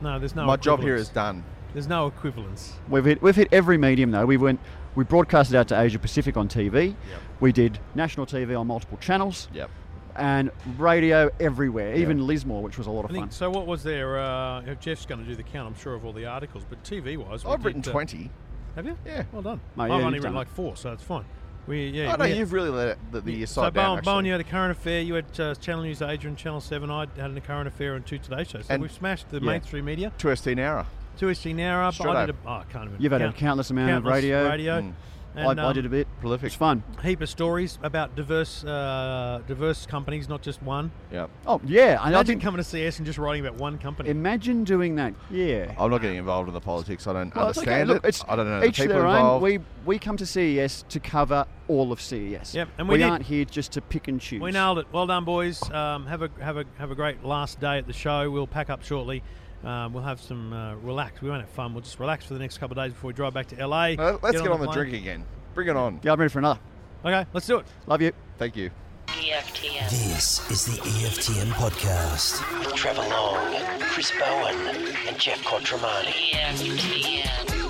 D: no, there's no.
E: My job here
D: equivalence.
E: is done.
D: There's no equivalence.
F: We've hit we've hit every medium though. We went we broadcasted out to Asia Pacific on TV. We did national TV on multiple channels.
E: Yep.
F: And radio everywhere, even Lismore, which was a lot of
D: I
F: fun.
D: think. So what was there? Uh, Jeff's going to do the count, I'm sure, of all the articles. But TV-wise, we
E: I've written
D: did, uh,
E: 20.
D: Have you?
E: Yeah.
D: Well done.
F: Mate,
D: I've
F: yeah,
D: only
F: you've
D: written
F: done it.
D: like four, so it's fine. We yeah.
E: I know
D: we had-
E: you've really let it, the, the year
D: so
E: side down.
D: Bowen, Bowen,
E: actually.
D: you had a current affair. You had uh, Channel News Asia and Channel Seven. I had a current affair and two Today shows. So
E: And-
D: we've smashed the
E: yeah.
D: mainstream media.
E: to us in hour.
D: Two SG now. I-
E: Straight
D: I did
E: up.
D: a, oh, I can't even.
F: You've had a
D: count-
F: countless amount of
D: countless
F: radio.
D: radio.
E: Mm.
F: I,
D: And,
F: I
D: um,
F: did a bit.
E: prolific.
F: It's fun.
D: heap of stories about diverse uh, diverse companies, not just one.
E: Yep.
F: Oh yeah, and I
D: Imagine
F: think.
D: coming to CS and just writing about one company.
F: Imagine doing that. Yeah.
E: I'm not getting involved in the politics. I don't
F: Well, it's okay.
E: understand
F: Look,
E: it.
F: it's
E: I don't know the
F: each to
E: people
F: their
E: involved.
F: own. We we come to CES to cover all of CES.
D: Yep, and we did.
F: aren't here just to pick and choose.
D: we nailed it. Well done, boys. Um, have a have a have a great last day at the show. We'll pack up shortly. Um, we'll have some uh, relax. We won't have fun. We'll just relax for the next couple of days before we drive back to LA.
E: Uh, let's get, on, the,
D: plane.
E: drink again. Bring it on.
F: Yeah, I'm ready for another.
D: Okay, let's do it.
F: Love you.
E: Thank you.
B: EFTM.
C: This is the EFTM podcast with Trevor Long, Chris Bowen, and Jeff Quattromani.
B: EFTM.